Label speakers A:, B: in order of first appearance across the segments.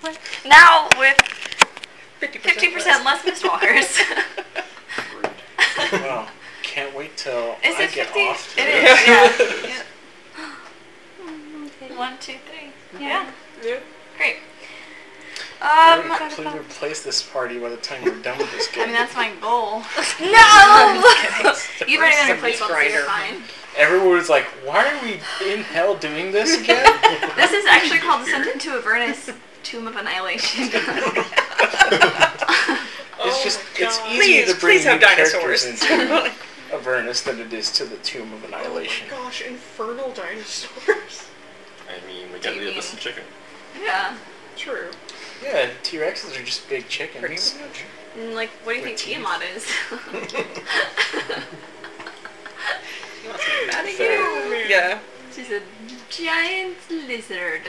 A: What? Now with fifty percent less mist walkers.
B: Wow. Can't wait till
A: Is
B: I
A: it
B: get
A: 50?
B: off.
A: It
B: today.
A: is, yeah. yeah. One, two, three. Yeah.
C: Yeah.
A: Great.
B: We're
A: Um,
B: gonna completely replace this party by the time we're done with this
A: I
B: game.
A: mean, that's my goal.
C: No!
A: You've already
C: Some
A: been replaceable, so you're
C: grinder.
A: fine.
B: Everyone was like, "Why are we in hell doing this again?"
A: This is actually called Ascent into Avernus, Tomb of Annihilation.
B: It's just it's
C: Oh, God.
B: easier
C: Please,
B: to bring
C: please have
B: new charactors
C: dinosaurs.
B: into Avernus than it is to the Tomb of
C: Oh my
B: Annihilation.
C: gosh, infernal dinosaurs.
D: I mean, we gotta
A: Do you
D: eat up some
A: mean-
D: chicken.
A: yeah.
C: True.
B: yeah, T Rexes are just big chickens.
C: Pretty much.
A: And, like, what do you think
B: With teeth.
A: Tiamat is?
C: Mad at
B: Fair.
C: you. Yeah.
A: She's a giant lizard.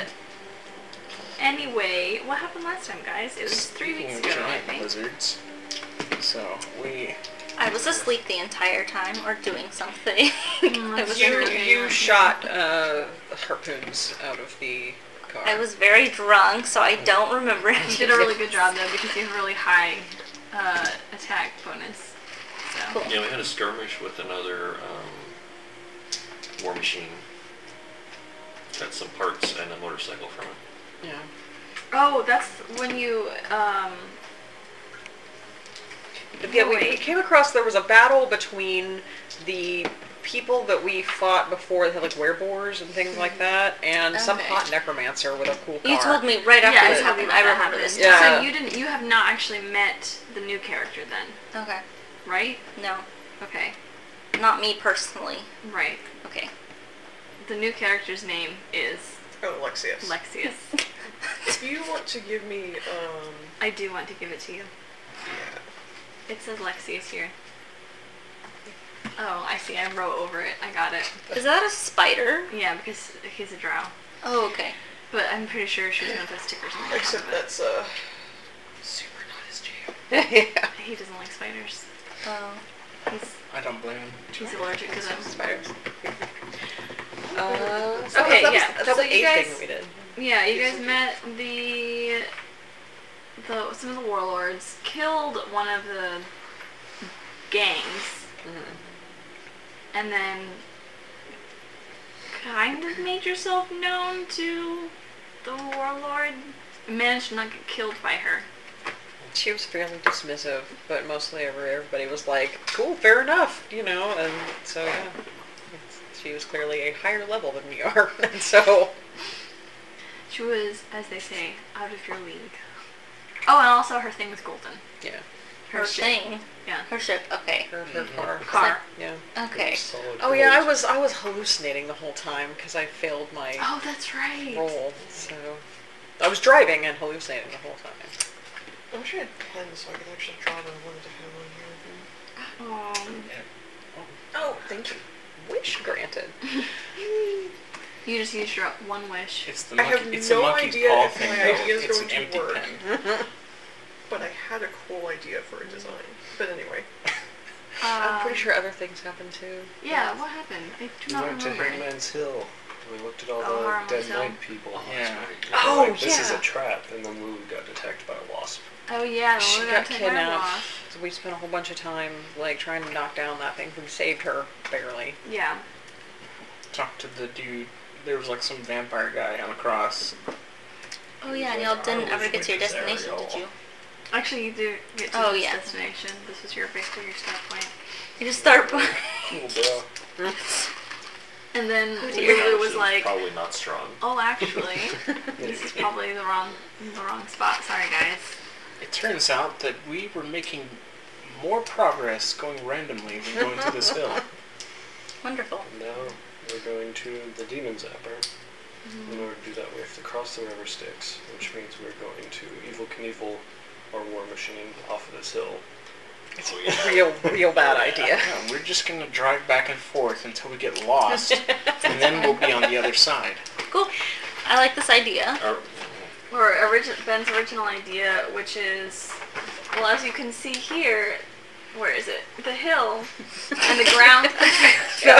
A: Anyway, what happened last time, guys? It was three
B: Speaking
A: weeks
B: of
A: ago, I
B: giant
A: think.
B: lizards. So we
E: I was asleep the entire time or doing something.
A: Mm,
E: I, was
C: You
A: Sure.
C: you shot uh, harpoons out of the car.
E: I was very drunk, so I don't remember
A: You
E: anything.
A: did a really good job, though, because you have a really high uh, attack bonus. So.
D: Yeah, we had a skirmish with another um, war machine. Got some parts and a motorcycle from it.
C: Yeah.
A: Oh, that's when you, um,
C: Yeah, we, we came across there was a battle between the people that we fought before that had like werebores and things like that, and some
A: Okay.
C: hot necromancer with a cool car.
E: You told me right after
A: yeah,
E: this
A: I told you
E: happened.
A: about
E: I
A: that
E: remember this.
C: happened. Yeah.
A: So you didn't. You have not actually met the new character then,
E: time. Okay.
A: right?
E: No,
A: Okay,
E: not me personally.
A: right.
E: Okay.
A: The new character's name is
C: Oh, Alexius.
A: Lexius.
C: If you want to give me, um,
A: I do want to give it to you. It says Lexius here. Oh, I see. I wrote over it. I got it.
E: Is that a spider?
A: Yeah, because he's a drow.
E: Oh, okay.
A: But I'm pretty sure she was one of those stickers. on the front
C: except
A: of it.
C: that's uh, super not his jam. yeah.
A: he doesn't like spiders.
E: Oh.
A: He's
B: I don't blame him.
A: he's allergic to them.
C: Spiders. Uh, so
A: Okay,
C: that was-
A: yeah,
C: That was
A: so
C: the
A: you
C: eighth
A: guys-
C: thing we did.
A: Yeah, you guys met the the some of the warlords killed one of the gangs, Mm-hmm. and then kind of made yourself known to the warlord. Managed to not get killed by her.
C: She was fairly dismissive, but mostly every, everybody was like, cool, fair enough, you know, and so, yeah. It's- She was clearly a higher level than we are, and so,
A: She was, as they say, out of your league. Oh, and also her thing was golden.
C: yeah.
E: Her
A: ship.
E: thing.
A: Yeah.
E: Her ship. Okay.
C: Her, her car.
A: Car.
C: Yeah.
E: Okay.
B: Solid
C: Mm-hmm. Oh yeah, I
B: gold.
C: was I was hallucinating the whole time because I failed my
A: Oh, that's right.
C: roll, so I was driving and hallucinating the whole time.
F: I wish I had pens so I could actually draw what I wanted to have on here.
A: Um,
C: Oh, thank you. Wish granted.
A: you just used your one wish.
B: It's the
F: I
B: monkey,
F: have
B: it's
F: no
B: a monkey
F: idea
B: paw
F: if
B: thing,
F: my
B: though.
F: idea is
B: it's an
F: going to
B: empty
F: work.
B: pen.
F: But I had a cool idea for a design. But anyway,
C: I'm
A: Um,
C: pretty sure other things happen too.
A: Yeah, what happened? I do
G: We
A: not
G: went to
A: remember.
G: Hangman's Hill. We looked at all
A: Oh, Harlem's
G: the dead
A: Hill.
G: night people.
D: Oh, that's
B: Yeah.
D: right.
G: We were
C: Oh,
G: like, This is
C: yeah.
G: a trap, and then we got attacked by a wasp.
A: Oh yeah, the
C: She
A: one
C: got
A: that took my
C: kidnapped.
A: loss.
C: So we spent a whole bunch of time like trying to knock down that thing. We saved her barely.
A: Yeah.
B: Talked to the dude. There was like some vampire guy on a cross.
E: Oh yeah, and y'all didn't ever get to your destination, did you?
A: Actually, you do get to
E: Oh,
A: this
E: yeah.
A: destination. This was your base to your start point.
E: You just start.
G: Cool, Oh, bro.
A: And then
C: Oh,
D: Yeah,
A: Lulu was
D: she's
A: like,
D: Probably not strong.
A: "Oh, actually, this is probably the wrong, the wrong spot. Sorry, guys."
B: It turns out that we were making more progress going randomly than going to this hill.
E: Wonderful.
G: Now we're going to the Demon Zapper. In order to do that, we have to cross the River Styx, which means we're going to Evil Knievel or War Machine off of this hill.
D: Oh, yeah.
C: Real real bad idea.
B: Yeah, we're just gonna drive back and forth until we get lost, and then we'll be on the other side.
E: Cool. I like this idea.
D: Our-
A: Or origi- Ben's original idea, which is, well, as you can see here, where is it? The hill and the ground.
C: So,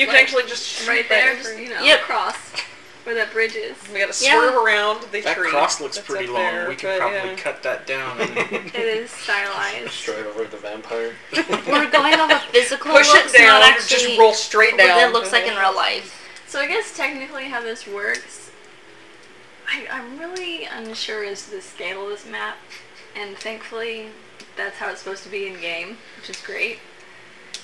C: you can actually just shoot
A: right there,
C: at
A: just
C: her.
A: you know,
E: Yep.
A: across.
E: where that bridge is.
C: We gotta
E: Yeah.
C: swerve around the
B: That
C: tree.
B: cross looks
C: that's
B: pretty
C: up
B: long.
C: there,
B: we could
C: but,
B: probably
C: yeah.
B: cut that down.
E: It is
G: Just
E: stylized.
G: drive over the vampire.
E: We're going off a physical.
C: Push it
E: looks, not
C: down.
E: actually
C: just roll straight
E: what
C: down.
E: that looks like in real life.
A: So I guess technically how this works, I, I'm really unsure as to the scale of this map, and thankfully that's how it's supposed to be in game, which is great.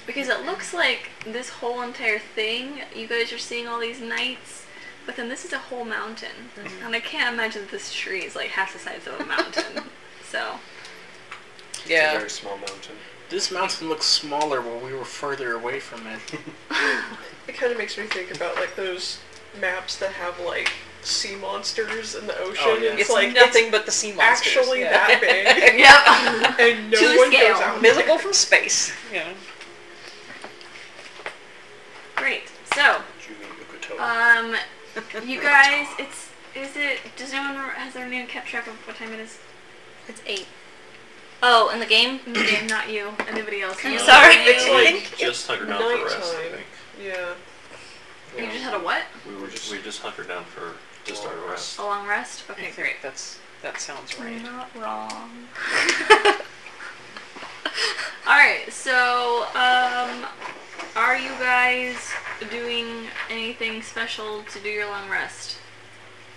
A: Because it looks like this whole entire thing, you guys are seeing all these knights, but then this is a whole mountain. And I can't imagine that this tree is like half the size of a mountain. so,
G: It's a
C: Yeah.
G: very small mountain.
B: this mountain looks smaller when we were further away from it.
F: It kind of makes me think about like those maps that have like sea monsters in the ocean.
B: Oh, yeah.
F: It's,
C: It's
F: like
C: nothing but the sea monsters.
F: actually
C: yeah.
F: that big,
A: yep.
F: and no
A: To
F: one
A: scale.
F: goes out.
C: Visible from space. Yeah.
A: great. So,
G: Julie Yucato.
A: Um, you guys, it's is it? Does no one has anyone kept track of what time it is
E: It's eight. Oh, in the game.
A: in the game? Not you. Anybody else?
E: I'm
A: You.
E: sorry.
F: It's
D: uh, We
F: like
D: just hunkered down for rest, I
F: nighttime.
D: think.
F: Yeah.
A: You just had a what?
D: We were just, we just hunkered down for just our
G: Long
D: rest.
A: A long rest.
C: I
A: Okay,
C: think
A: great.
C: That's that sounds
E: You're
C: right.
E: not wrong.
A: All right. So, um, are you guys doing anything special to do your long rest?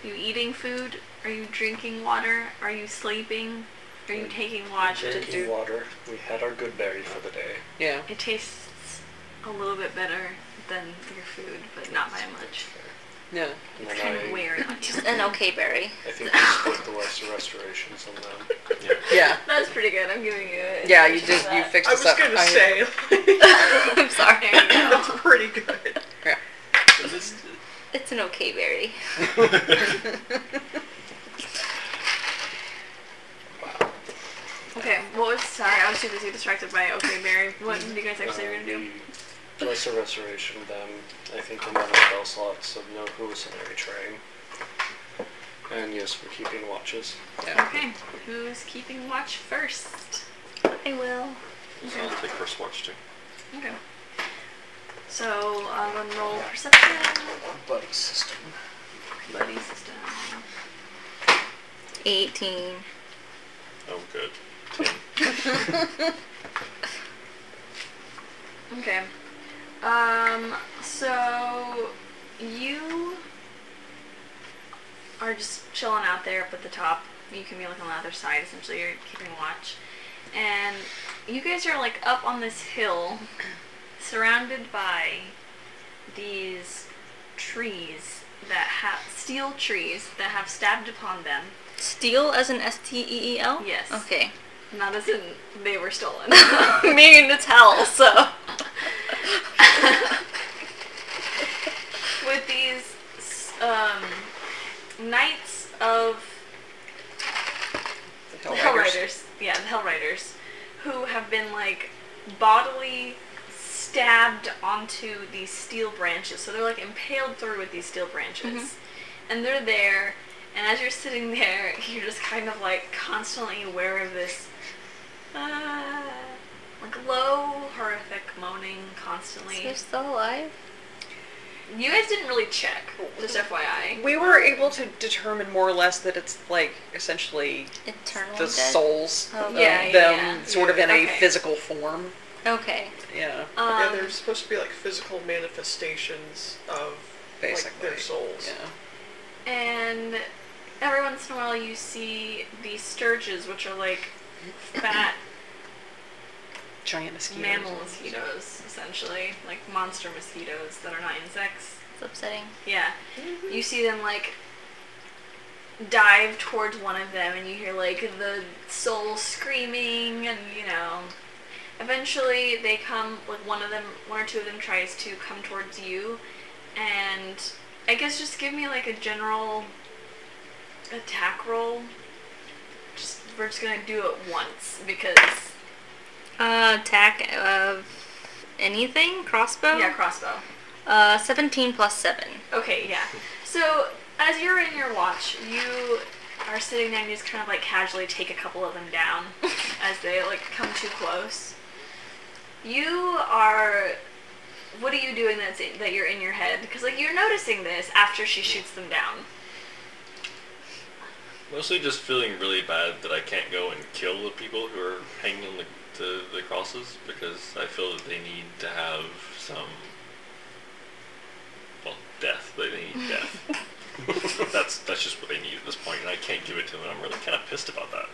A: you eating food? Are you drinking water? Are you sleeping? Are you taking watch to
G: Drinking
A: do?
G: water. We had our good berry for the day.
C: Yeah.
A: It tastes a little bit better than your food, but not by much.
C: No.
G: And
A: It's
G: then
A: kind of
G: I,
A: weird. on you.
E: An okay berry.
G: I think we split the Western restorations on them.
D: Yeah.
C: Yeah.
A: That's pretty good. I'm giving you. A
C: Yeah. You did.
A: just
C: You fixed
F: I was
C: us up.
F: gonna
C: I-
F: say
E: I'm sorry.
A: There you
F: that's
A: go.
F: pretty good.
D: Is this-
E: It's an okay berry.
A: Okay. What was? Sorry, I was too busy distracted by okay, Mary. What did you guys actually were
G: Um,
A: gonna do?
G: the Western restoration them. I think another spell slot, so no hallucinatory train. And yes, we're keeping watches.
C: Yeah.
A: Okay. Who's keeping watch first?
E: I will.
D: so I'll take first watch too.
A: Okay. So I'm gonna roll perception,
B: Buddy system.
A: buddy system.
E: 18.
D: Oh, good.
A: Okay. Um. So you are just chilling out there up at the top. You can be looking on the other side. Essentially, you're keeping watch, and you guys are like up on this hill, surrounded by these trees that have steel trees that have stabbed upon them.
E: Steel as in S T E E L?
A: Yes.
E: Okay.
A: Not as in they were stolen.
E: mean to tell, so.
A: with these s- um, knights of
C: The
A: the
C: Hell
A: hell
C: Riders.
A: riders. Yeah, the hell riders, who have been like bodily stabbed onto these steel branches. So they're like impaled through with these steel branches, and they're there. And as you're sitting there, you're just kind of like constantly aware of this, uh, like low horrific moaning constantly.
E: They're still alive?
A: You guys didn't really check, just FYI.
C: We were able to determine more or less that it's like essentially
E: Eternal.
C: the
E: dead?
C: souls
E: Oh,
C: of
A: yeah, yeah,
C: them
A: yeah.
C: sort of in
A: Okay.
C: a physical form.
E: Okay.
C: Yeah.
A: Um,
F: yeah, they're supposed to be like physical manifestations of like
C: Basically.
F: their souls.
C: Yeah.
A: and every once in a while you see these sturges, which are like fat
C: Giant mosquitoes.
A: mammal mosquitoes, essentially, like monster mosquitoes that are not insects.
E: It's upsetting.
A: Yeah. You see them like dive towards one of them and you hear like the soul screaming and you know eventually they come like one of them one or two of them tries to come towards you and I guess just give me like a general attack roll. Just we're just gonna do it once because
E: Uh, attack of anything? Crossbow?
A: yeah, crossbow.
E: uh, 17 plus 7.
A: Okay, yeah. So as you're in your watch, you are sitting there and you just kind of like casually take a couple of them down as they like come too close. You are what are you doing that's in, that you're in your head? Because like you're noticing this after she shoots them down.
D: Mostly just feeling really bad that I can't go and kill the people who are hanging on the, the, the crosses because I feel that they need to have some, well, death. They need death. that's that's just what they need at this point, and I can't give it to them. I'm really kind of pissed about that.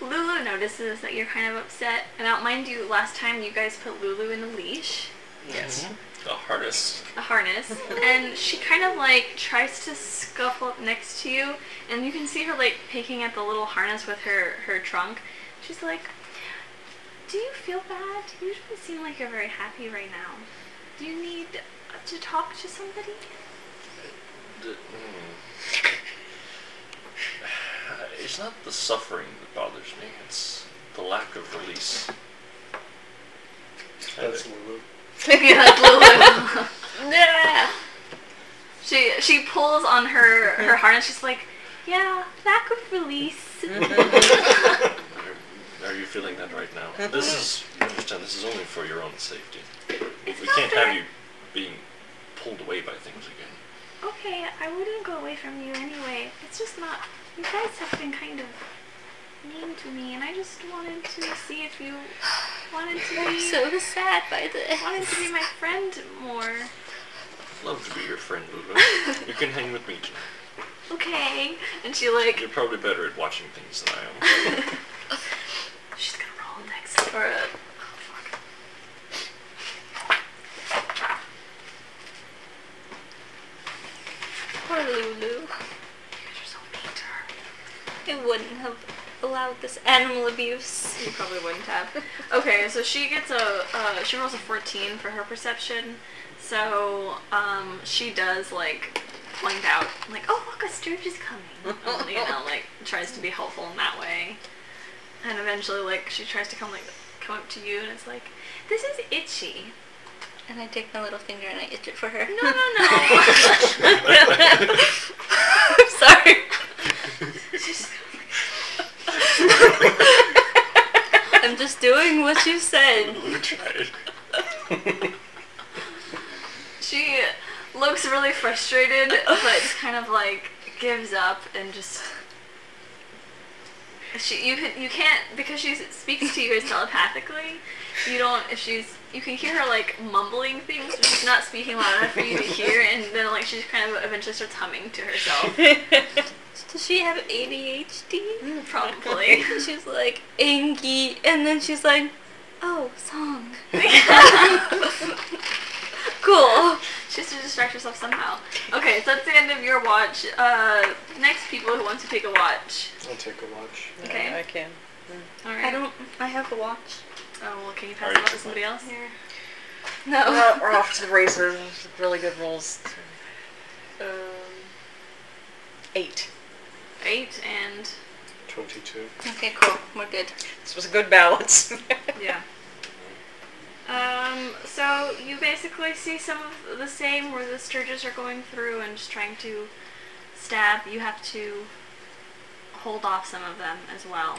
A: Lulu notices that you're kind of upset, and I don't mind you. Last time you guys put Lulu in a leash,
C: Yes.
D: The hardest.
A: a harness, and she kind of like tries to scuffle up next to you, and you can see her like picking at the little harness with her her trunk. She's like, "Do you feel bad? You don't seem like you're very happy right now. Do you need to talk to somebody?"
D: The- hmm. mm. It's not the suffering that bothers me. It's the lack of release.
G: That's Lulu.
A: yeah, that's Lulu. nah. She she pulls on her her harness. She's like, "Yeah, that could release."
D: Are- Are you feeling that right now? This is, you understand, this is only for your own safety.
A: It's
D: We
A: not
D: can't
A: fair.
D: have you being pulled away by things again.
A: Okay, I wouldn't go away from you anyway. It's just not. You guys have been kind of mean to me, and I just wanted to see if you wanted to
E: I'm
A: be
E: so sad by this.
A: wanted to be my friend more.
D: Love to be your friend, Lulu. You can hang with me tonight.
A: Okay. And she like
D: You're probably better at watching things than I am.
A: she's gonna roll next for a. oh,
E: Poor Lulu.
A: You guys are so mean to her.
E: I wouldn't have allowed this animal abuse.
A: You probably wouldn't have. Okay, so she gets a uh, she rolls a fourteen for her perception. So um, she does like point out like, oh look, a Sturge is coming. And, you know, like tries to be helpful in that way. And eventually, like she tries to come like come up to you, and it's like, this is itchy.
E: And I take my little finger and I itch it for her.
A: No, no, no.
E: I'm sorry. I'm just doing what you said.
D: Lulu tried.
A: she looks really frustrated, but just kind of like gives up and just. She you can- you can't because she speaks to you guys telepathically. You don't if she's you can hear her like mumbling things, but she's not speaking loud enough for you to hear. And then like she just kind of eventually starts humming to herself.
E: Does she have ADHD?
A: Probably.
E: She's like, Angie, and then she's like, oh, song. cool.
A: She has to distract herself somehow. Okay, so that's the end of your watch. Uh, next people who want to take a watch.
G: I'll take a watch.
C: Yeah,
A: Okay.
C: I can.
A: All right.
E: I don't, I have a watch.
A: Oh well, can you pass
D: Are
A: it
D: you
A: off to
D: just-
A: somebody else?
E: No.
A: Oh.
C: Well, we're off to the races. Really good rolls.
F: Um,
C: Eight.
A: Eight and
G: 22.
E: Okay, cool. We're good.
C: This was a good balance.
A: yeah. Um, so you basically see some of the same where the Sturges are going through and just trying to stab. You have to hold off some of them as well.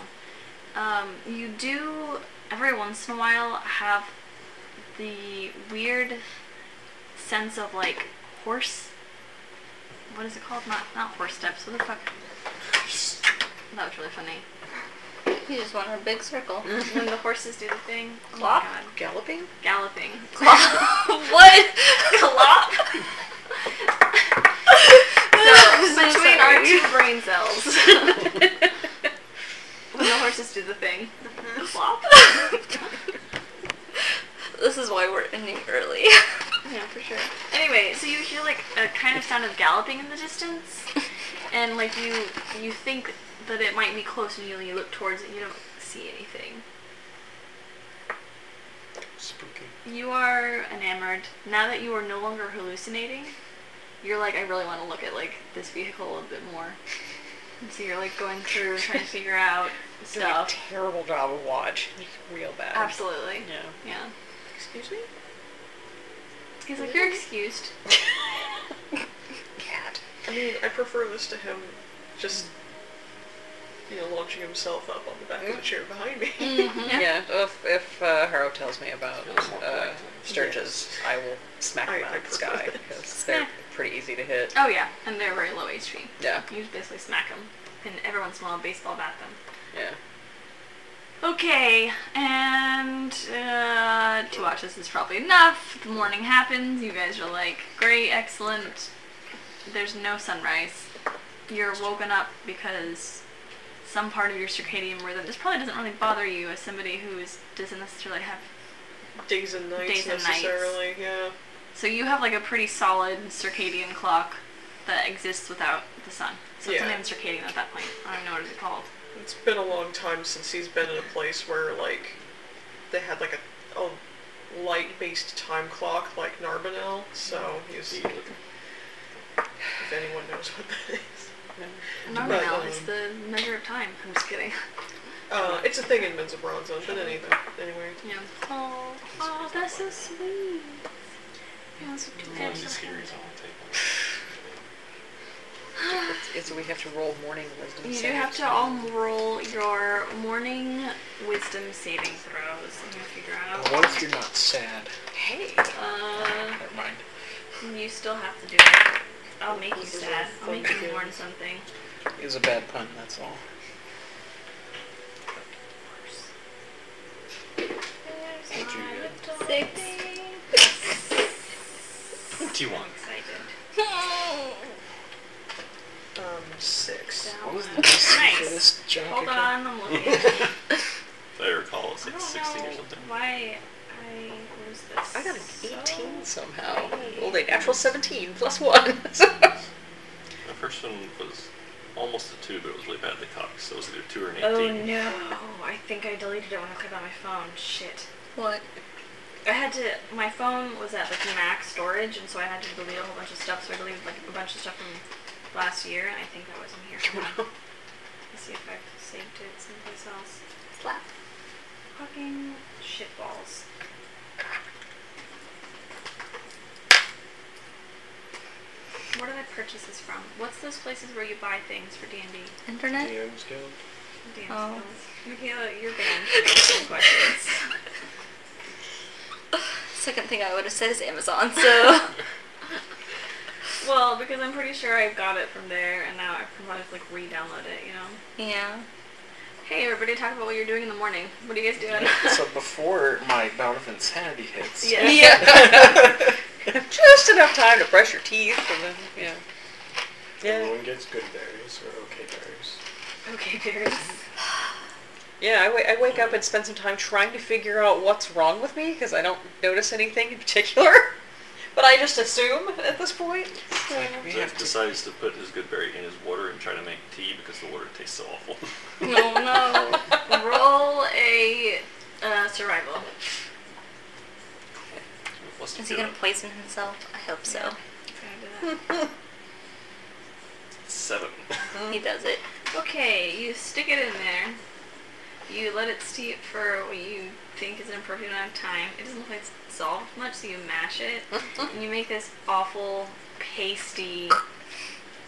A: Um, you do every once in a while have the weird sense of like horse. What is it called? Not not horse steps. What the fuck? That was really funny.
E: You just want a big circle.
A: when the horses do the thing. Oh my
C: Clop?
A: God.
C: Galloping?
A: Galloping.
E: what?
A: Clop. so
E: so
A: between our
E: sorry.
A: two brain cells, when the horses do the thing, clop.
E: This is why we're ending early.
A: yeah, for sure. Anyway, so you hear like a kind of sound of galloping in the distance, and like you you think that it might be close, and you, you look towards it, you don't see anything.
G: Spooky.
A: You are enamored. Now that you are no longer hallucinating, you're like, I really want to look at like this vehicle a little bit more. And so you're like going through trying to figure out
C: Doing a
A: stuff.
C: terrible job of watch. It's real bad.
A: Absolutely.
C: Yeah.
A: Yeah.
F: excuse me?
A: He's like, you're excused.
C: Cat.
F: I mean, I prefer this to him just you know, launching himself up on the back of the chair behind me.
A: Mm.
C: Yeah, if, if uh, Haro tells me about
D: Feels more
C: uh,
D: like it.
C: Sturges, I will smack
F: I-
C: them out
F: I
C: of the
F: prefer
C: sky
F: that.
C: because they're pretty easy to hit.
A: Oh yeah, and they're very low HP.
C: Yeah,
A: You just basically smack them, and every once in a while baseball bat them.
C: yeah.
A: Okay, and uh, two watches is probably enough. The morning happens. You guys are like, great, excellent. There's no sunrise. You're woken up because some part of your circadian rhythm. This probably doesn't really bother you as somebody who is, doesn't necessarily have.
F: Days and nights
A: Days and nights.
F: necessarily, yeah.
A: So you have like a pretty solid circadian clock that exists without the sun. So
F: Yeah.
A: it's not even circadian at that point. I don't know what it's called.
F: It's been a long time since he's been in a place where like they had like a, a light-based time clock like Narbonel. So he's if anyone knows what that is,
A: Normal
F: But,
A: now
F: um,
A: is the measure of time. I'm just kidding.
F: uh, it's a thing in Men's Bronzon, but anyway, anyway.
A: Yeah. Oh, oh, that's so sweet. Yeah, that's what
D: One of
A: parents
D: these
A: are.
D: theories I'm
C: It's, it's, we have to roll morning wisdom.
A: You do
C: saves.
A: have to all roll your morning wisdom saving throws. I'm gonna figure out.
B: What if you're not sad?
C: Hey,
F: Oh.
A: Uh,
B: Never mind.
A: you still have to do it. I'll make you sad. I'll make you mourn something.
B: It was a bad pun, that's all.
A: Thank
B: you,
E: Six.
D: taking. T1.
F: Um, six.
B: What was the DC for
A: Nice.
B: this junk
A: Hold
B: again?
A: on, I'm looking. I
D: If I recall, it's
A: don't know
D: like 16 or something.
A: why I was this.
C: I got an
A: so-
C: 18 Oh, somehow. Rolled a natural 17 plus one. I
D: The first one was almost a 2, but it was really badly cocked, so it was either 2 or an 18.
A: Oh no! I think I deleted it when I clicked on my phone. Shit.
E: What?
A: I had to. My phone was at like max storage, and so I had to delete a whole bunch of stuff. So I deleted like a bunch of stuff from last year, and I think that was in here. Hold on. Let's see if I've saved it someplace else.
E: Slap.
A: Fucking shitballs. Where did I purchase this from? What's those places where you buy things for D and D? Eh.
E: Internet?
G: DM's Guild.
A: Damn
E: Oh.
A: skills. Michaela, you're banned for asking questions.
E: Second thing I would have said is Amazon, so.
A: Well, because I'm pretty sure I got it from there, and now I probably have to like re-download it. You know.
E: yeah.
A: Hey, everybody, talk about what you're doing in the morning. What are you guys doing?
B: So before my bout of insanity hits,
A: Yeah.
C: yeah. Just enough time to brush your teeth and then, yeah. Yeah,
G: Everyone gets good berries or okay berries.
A: okay, Paris.
C: yeah I, w- I wake up and spend some time trying to figure out what's wrong with me because I don't notice anything in particular. But I just assume at this point.
B: it's like, we have
D: Zach
B: to
D: decides to put his good berry in his water and try to make tea because the water tastes so awful.
A: No, no. Roll a uh, survival.
D: What's the
E: Is he
D: feeling?
E: gonna poison himself? I hope so.
D: Seven.
E: He does it.
A: Okay, you stick it in there. You let it steep for what you think is an appropriate amount of time. It doesn't look like it's dissolved much, so you mash it. and you make this awful, pasty,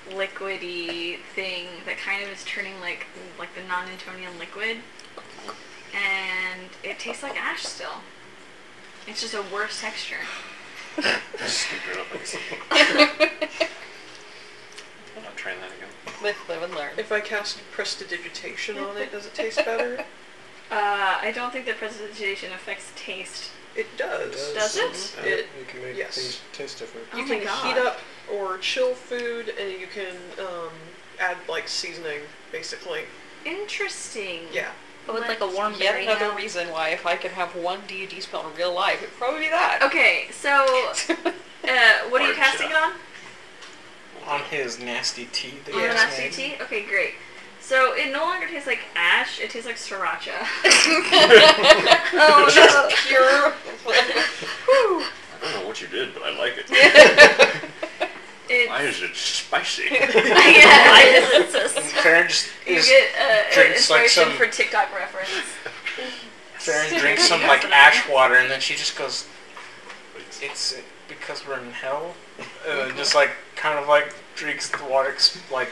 A: liquidy thing that kind of is turning like like the non-Newtonian liquid. And it tastes like ash still. It's just a worse texture.
D: Scooping it up like something.
A: Uh,
D: I'm not trying that again.
C: Live, live and learn.
F: If I cast prestidigitation on it, does it taste better?
A: Uh, I don't think that precipitation affects taste.
F: It does.
G: It
A: Does it?
G: Yeah,
F: It-
G: you can make
F: yes.
G: things taste different.
A: Oh
F: You
A: my
F: can
A: God.
F: heat up or chill food, and you can um, add like seasoning, basically.
A: Interesting.
F: Yeah.
E: I would like a warm
C: Yet
E: berry
C: another
E: now.
C: reason why if I could have one D&D spell in real life, it'd probably be
E: Oh.
C: that.
A: Okay, so Uh, what are you
D: Orange,
A: casting it
D: yeah.
A: on?
B: on his nasty tea that
A: On
B: he
A: an
B: just made.
A: SCT? E Okay, great. So it no longer tastes like ash, it tastes like sriracha.
E: Oh no!
C: Pure.
D: I don't know what you did, but I like it.
A: It's,
D: Why is it spicy?
A: yeah,
E: Why does it so
B: Farron just
A: you
B: is,
A: get uh, uh,
B: drinks like
A: inspiration
B: some-
A: for TikTok reference.
B: Farron drinks some like ash water, and then she just goes, "It's uh, because we're in hell." Uh, just like kind of like drinks the water, ex- like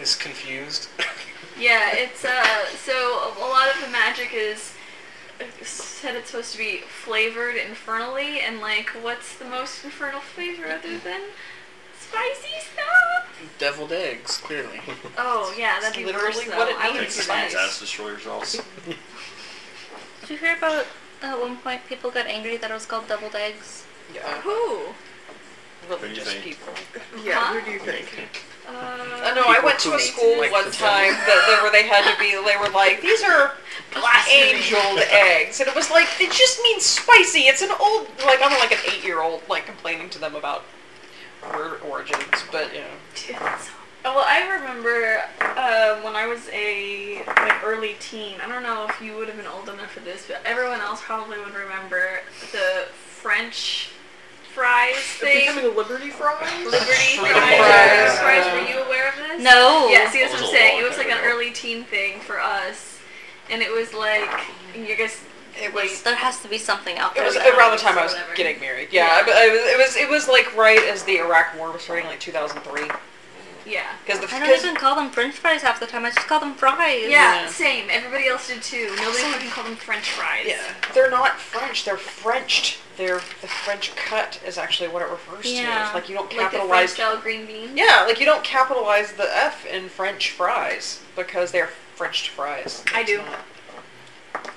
B: is confused.
A: Yeah, it's uh. So a lot of the magic is uh, said it's supposed to be flavored infernally, and like, what's the most infernal flavor other than spicy stuff?
B: Deviled eggs, clearly.
A: Oh yeah, that'd be
C: Literally
A: worse, though.
C: what it
A: I would
D: Like
C: means.
A: do
D: some
A: that.
D: gas destroyers also.
E: Did you hear about at one point people got angry that it was called deviled eggs?
C: Yeah.
A: Who?
C: Religious
D: think?
C: people.
F: Yeah,
A: Huh?
F: who do you think?
C: I
A: Uh,
C: know. I went to
B: People who
C: a school
B: like
C: one
B: the
C: time that they were they had to be they were like these are angeled eggs and it was like it just means spicy. It's an old like I'm like an eight year old like complaining to them about word origins, but you know.
A: Dude, that's- well, I remember uh, when I was a like early teen. I don't know if you would have been old enough for this, but everyone else probably would remember the French fries thing.
F: Becoming a liberty fries?
A: Liberty fries.
C: Fries.
A: Fries. Were you aware of this?
E: No.
A: Yeah, see, that's what
D: That was
A: I'm
D: a
A: saying.
D: long
A: It was like
D: time
A: an
D: ago.
A: early teen thing for us, and it was like you guys.
E: It was. There has to be something out
C: It
E: there.
C: was
E: that-
C: around the time I was
A: Whatever.
C: getting married. Yeah, but it was, it was it was like right as the Iraq War was starting, like 2003.
A: Yeah.
C: Because the
E: I don't even call them French fries half the time. I just call them fries.
A: Yeah,
C: Yeah.
A: same. Everybody else did too. Nobody fucking called them French fries.
C: yeah, they're not French. They're Frenched. They're the French cut is actually what it refers to.
E: Yeah.
C: It's like you don't
A: Like the
C: capitalize.
A: French style green bean.
C: yeah, like you don't capitalize the F in French fries because they're Frenched fries.
A: I do.
C: It's not-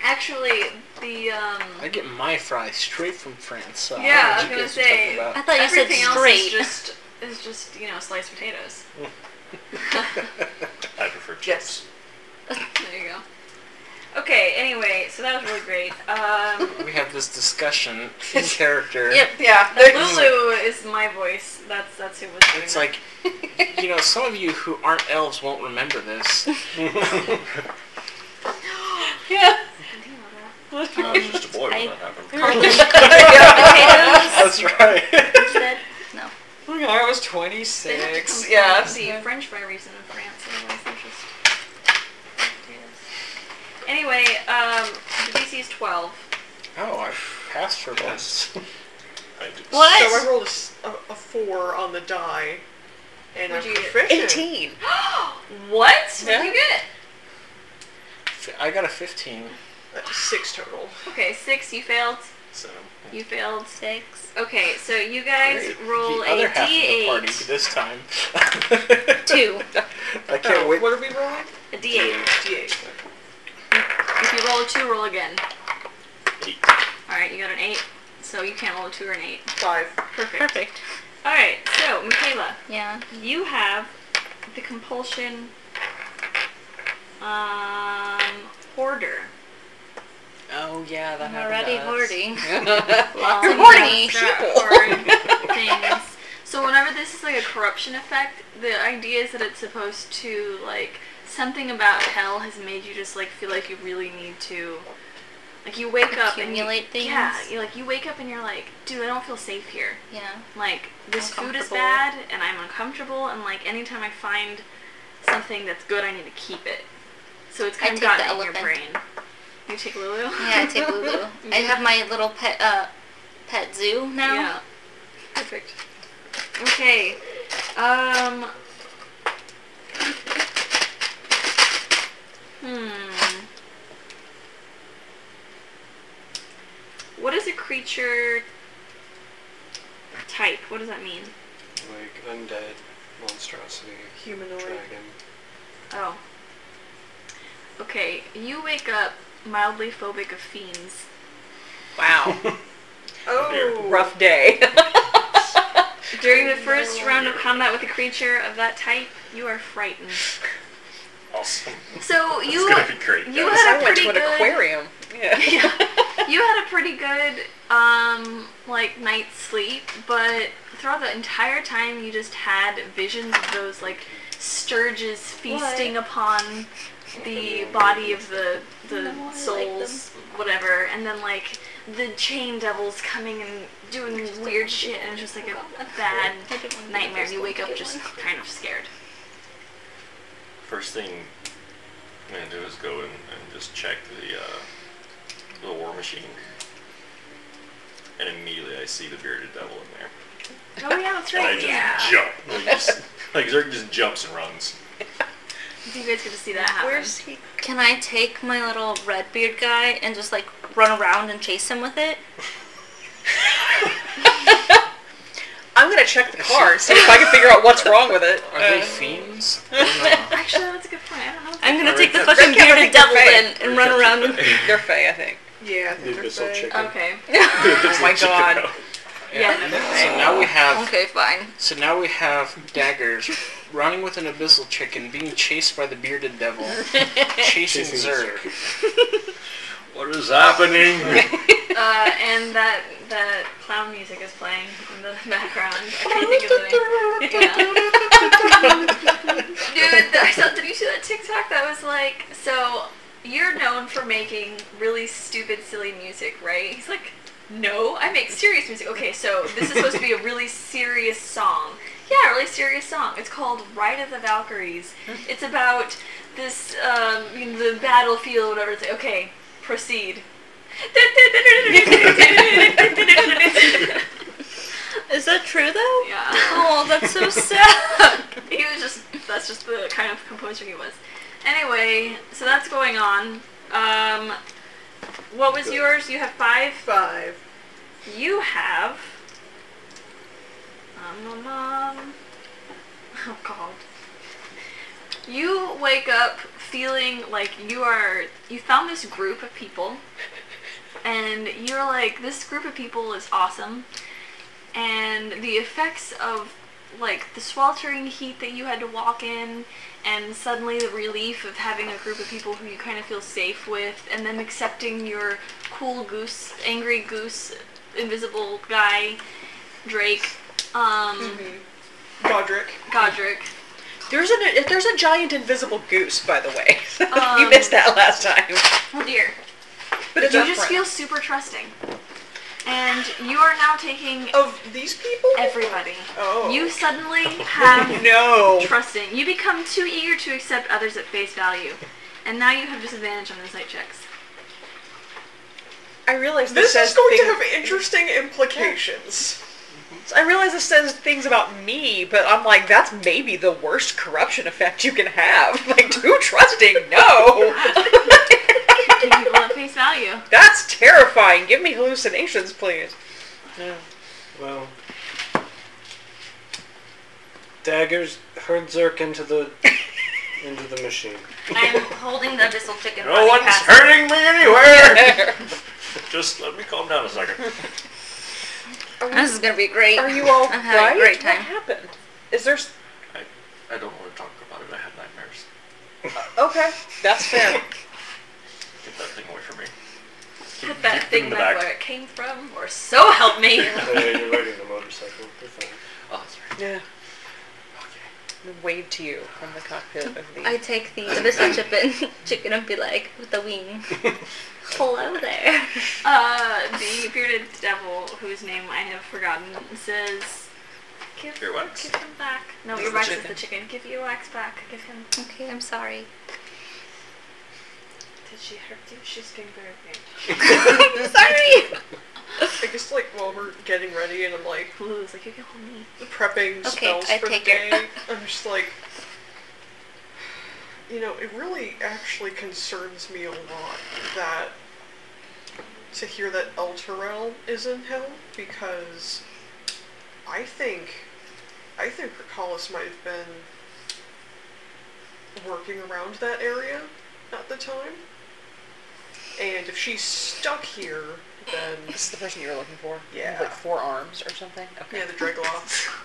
A: Actually, the um.
B: I get my fries straight from France. So I don't
A: Yeah,
B: know
A: I
B: what
A: was
B: you
A: gonna
B: guys
A: say,
B: are talking
E: I thought you said
A: everything else is
E: straight.
A: just is just you know sliced potatoes.
D: I prefer chips.
C: Yes.
A: There you go. Okay. Anyway, so that was really great. Um,
B: about. We have this discussion in character.
A: Yep.
C: Yeah.
A: Lulu is my voice. That's that's who was doing
B: It's
A: that.
B: like, you know, some of you who aren't elves won't remember this.
C: Yeah.
D: I was just a boy
E: I-
D: when that happened.
E: potatoes.
B: That's right.
E: instead. No.
C: Look, I was
A: They have to
C: 26.
A: come
C: Yeah.
A: from The French fry reason in France. Otherwise, they're just potatoes. Anyway, um, the DC is twelve.
B: Oh, I passed for once.
D: I did.
E: What?
F: So Oh, I rolled a s- a, a four on the die, and
A: What'd
F: I'm
A: you get?
F: proficient.
A: what? What did
C: Yeah.
A: you get?
B: I got a 15.
F: Uh, Six total.
A: Okay, six. You failed.
D: So,
A: You failed.
E: Six.
A: Okay, so you guys
B: Great.
A: roll
B: the
A: a
B: other half of the party
A: d8.
B: this time.
E: Two.
B: I can't
F: Oh,
B: wait.
F: What are we rolling?
A: A d8.
F: D8.
A: If you roll a 2, roll again.
D: eight.
A: Alright, you got an 8. So you can't roll a 2 or an 8.
F: Five.
A: Perfect.
E: Perfect.
A: Alright, so Michaela,
E: Yeah.
A: you have the compulsion um, hoarder.
C: Oh yeah, that
E: I'm already
C: happened.
E: hoarding.
C: hoarding.
E: Lots
A: You're
E: of
A: hoarding
E: things.
A: That
C: people.
A: hoard things. So whenever this is like a corruption effect, the idea is that it's supposed to like something about hell has made you just like feel like you really need to like you wake up and you,
E: Accumulate things?
A: Yeah, you like you wake up and you're like, dude, I don't feel safe here.
E: Yeah.
A: Like this food is
E: Uncomfortable.
A: bad and I'm uncomfortable and like anytime I find something that's good, I need to keep it. So it's kind
E: I
A: of
E: take
A: gotten
E: the
A: in your
E: elephant.
A: brain. You take Lulu.
E: Yeah, I take Lulu. I have my little pet uh pet zoo now.
A: Yeah. Perfect. Okay. Um. Hmm. What is a creature type? What does that mean?
G: Like undead monstrosity,
F: Humanoid.
G: dragon.
A: Oh. Okay. You wake up mildly phobic of fiends.
C: Wow.
D: Oh.
C: Rough day.
A: During the first round of combat with a creature of that type, you are frightened.
D: Awesome.
A: So
D: It's
A: you
D: gonna be great.
A: you
D: guys.
A: had a
C: I went
A: pretty
C: to an
A: good-
C: aquarium. Yeah.
A: Yeah. you had a pretty good um like night's sleep, but throughout the entire time you just had visions of those like sturges feasting upon the body of the the
E: No, I like
A: souls, whatever, and then like the chain devils coming and doing weird shit, and it's just like a bad
E: I didn't want to
A: nightmare.
E: be
A: You wake up
E: the
A: just
E: first one.
A: kind of scared.
D: First thing I'm gonna do is go and, and just check the uh, the war machine, and immediately I see the bearded devil in there,
A: Oh yeah, that's
D: and I
A: right.
D: just
A: Yeah.
D: jump. Like, just, like Zerk just jumps and runs.
A: You guys get to see that happen.
C: Where's he?
E: Can I take my little red beard guy and just like run around and chase him with it?
C: I'm gonna check the car and see if I can figure out what's wrong with it.
B: Are they
C: Uh,
B: fiends? Oh, I
A: Actually, that's a good point. I don't know.
E: I'm gonna
D: Or
E: take the
D: just-
E: fucking
C: Rick can't
E: bearded
C: take your
E: devil
C: face.
E: then and run around and
C: They're Fey, I think.
F: Yeah, I think
G: The
F: they're
G: abyssal
F: fey.
G: chicken.
A: Okay.
C: Oh my god.
A: Yeah,
B: don't know.
A: no,
B: so now we have
E: Okay, fine.
B: so now we have daggers running with an abyssal chicken being chased by the bearded devil chasing,
G: Chasing
B: Zerg.
D: What is happening?
A: Uh, and that that clown music is playing in the background. I can't think of the name. Yeah. Dude, I saw, did you see that TikTok that was like, so you're known for making really stupid, silly music, right? He's like, no, I make serious music. Okay, so this is supposed to be a really serious song. Yeah, a really serious song. It's called Ride of the Valkyries. It's about this, um, you know, the battlefield, whatever. It's like, okay, proceed.
E: Is that true though?
A: yeah.
E: Oh, that's so sad.
A: He was just, that's just the kind of composer he was. Anyway, so that's going on. Um, what was yours? You have five?
F: Five.
A: You have. Um, um, um. Oh God. You wake up feeling like you are. You found this group of people, and you're like, this group of people is awesome, and the effects of like the sweltering heat that you had to walk in and suddenly the relief of having a group of people who you kind of feel safe with and them accepting your cool goose angry goose invisible guy drake um
F: Godric.
A: godric
C: There's a there's a giant invisible goose, by the way. you
A: Um,
C: missed that last time.
A: oh dear
C: But it's
A: you
C: our
A: just
C: friend.
A: feel super trusting and you are now taking
F: Of these people?
A: everybody
F: Oh.
A: you suddenly have
F: No.
A: trusting you become too eager to accept others at face value and now you have disadvantage on insight checks
C: I realize this,
F: This
C: says
F: is going to
C: things-
F: have interesting implications.
C: I realize this says things about me, but I'm like, that's maybe the worst corruption effect you can have. Like, too trusting? No!
A: taking people at face value
C: That's terrifying. Give me hallucinations, please.
G: Well, daggers herd Zerk into the into the machine.
E: I'm holding the abyssal chicken.
D: no
E: running
D: one's
E: past.
D: hurting me anywhere. Just let me calm down a second.
E: This is gonna be great.
C: Are you all
E: I'm having a
C: right?
E: Uh-huh, great time.
C: What happened? Is there... s-
D: I don't want to talk about it. I had nightmares.
C: Okay, that's fair.
D: Get that thing away from me.
A: Put that
D: Keep it in
A: thing
D: the
A: back
D: back.
A: where it came from, or so help me.
G: Hey, you're riding a motorcycle. You're fine.
D: Oh, that's right.
C: yeah.
D: Okay.
C: Wave to you from the cockpit of the...
E: I take the abyssal chicken, chicken and be like with the wing. Hello there.
A: Uh, the bearded devil, whose name I have forgotten, says, "Give,
D: Earwax?
A: give him back." No,
C: It's the
A: earwax is
C: chicken.
A: the chicken. Give earwax back. Give him.
E: Okay, I'm sorry.
A: Did she hurt you? She's being very mean.
E: I'm sorry.
F: I guess like while we're getting ready and I'm like
A: Blue's like, "You can hold me."
F: prepping
E: Okay,
F: spells
E: I
F: for the
E: take it.
F: day, I'm just like, you know, it really actually concerns me a lot that to hear that Elturel is in hell because I think I think Recallus might have been working around that area at the time. And if she's stuck here, then
C: This is the person you were looking for?
F: Yeah.
C: Like four arms or something? Okay.
F: yeah, the Dragoloff.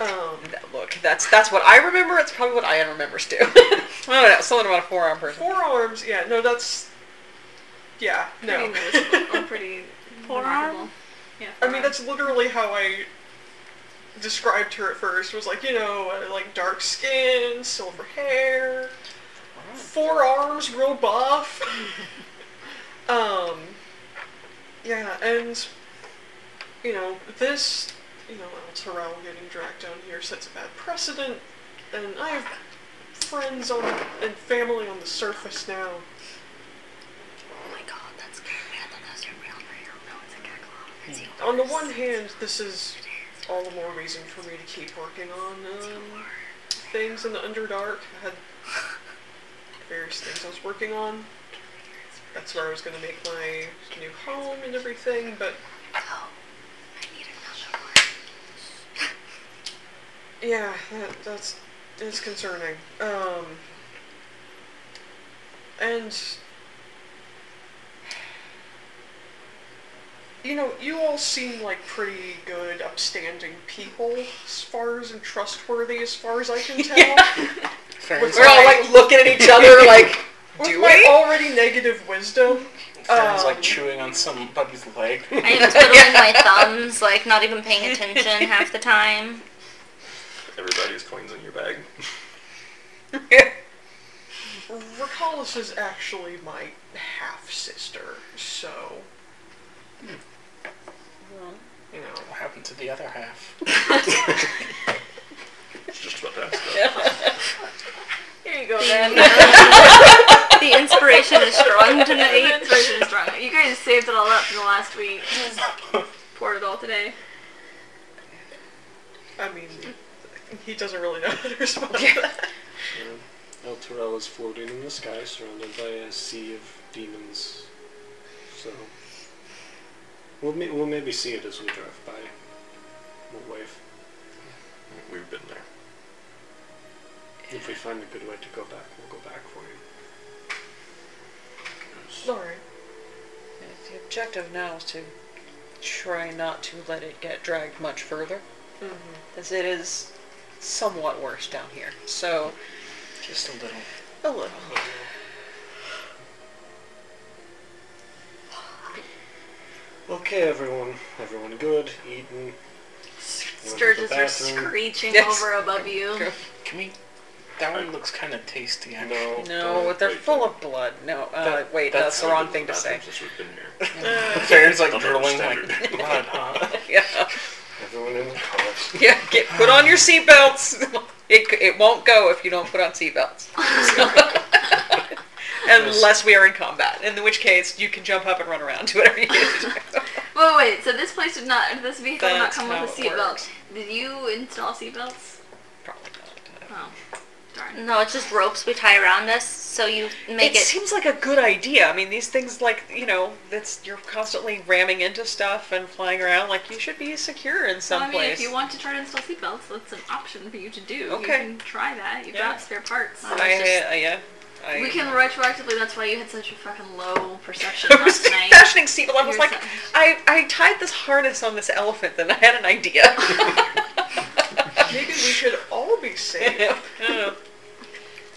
F: Um,
C: That- Look, that's that's what I remember. It's probably what Ian remembers too. I don't know. Something about a forearm person.
F: Forearms, yeah, no, that's. Yeah,
A: Pretty
F: no.
A: noticeable. or pretty remarkable. Yeah.
F: I mean, that's literally how I described her at first. Was like, you know, uh, like dark skin, silver hair, forearms real buff. um, yeah, and you know this, you know, El Terrell getting dragged down here sets a bad precedent, and I have friends on and family on the surface now.
E: Oh my god, that's good. I thought that was your real name. No, it's a cackle.
A: Hmm.
E: It's you.
F: On the one hand, this is all the more reason for me to keep working on um, things in the Underdark. I had various things I was working on. That's where I was going to make my new home and everything, but
A: Oh, I need another one.
F: yeah, that, that's it's concerning. Um, and you know, you all seem like pretty good, upstanding people, as far as and trustworthy, as far as I can tell.
B: Fair
F: With
B: enough.
C: We're all like looking at each other like,
F: With
C: do
F: my
C: we?
F: already negative wisdom.
B: Sounds like
F: um,
B: chewing on somebody's leg.
E: I am twiddling my thumbs, like not even paying attention half the time.
D: Everybody's coins in your bag.
F: Recallus is actually my half sister, so
C: Hmm.
F: you know.
B: What happened to the other half?
D: It's just about that stuff.
A: Here you go,
E: The inspiration is strong
A: The
E: tonight.
A: inspiration is strong. You guys saved it all up from the last week. Poured it all today.
F: I mean, he doesn't really know how to respond. to
C: Yeah.
F: that.
G: And El Torell is floating in the sky, surrounded by a sea of demons. So we'll ma- we'll maybe see it as we drive by. We'll wave
D: We've been there.
G: if we find a good way to go back. We'll go back for you.
F: Sorry.
C: The objective now is to try not to let it get dragged much further,
F: Mm-hmm.
C: as it is somewhat worse down here. So,
B: Just a little.
C: a little.
G: Okay, everyone, everyone, good, eaten.
A: Sturges are
G: bathroom.
A: screeching
C: Yes.
A: over above you.
B: Can we? That one looks kind of tasty. actually.
G: No,
C: No, they're full of blood. No, uh,
B: That-
C: wait, that's
B: that's
C: the wrong thing to say.
D: Since we've been here.
B: Farron's like
D: Double
B: drilling like
D: standard.
B: blood, huh?
C: Yeah,
G: everyone in the car.
C: yeah. Get put on your seatbelts. It c- it won't go if you don't put on seatbelts. Unless we are in combat, in which case you can jump up and run around, do whatever you need to do.
A: Wait, wait, so this place did not, this vehicle did not
C: That's
A: come with a
C: how it works.
A: seatbelt. Did you install seatbelts?
C: Probably not.
A: Oh, darn.
E: No, it's just ropes we tie around us, so you make
C: it,
E: it.
C: seems like a good idea. I mean, these things like you know, that's you're constantly ramming into stuff and flying around. Like you should be secure in
A: Well,
C: some
A: I mean,
C: place.
A: if you want to try to install seatbelts, that's an option for you to do. You
C: Okay.
A: can try that. You've
C: Yeah.
A: got spare parts.
C: I, uh, yeah. I,
A: We can retroactively. That's why you had such a fucking low perception
C: I was
A: last night.
C: fashioning seatbelt. I was
A: You're
C: like,
A: so-
C: I, I tied this harness on this elephant, and I had an idea.
F: Maybe we should all be saved.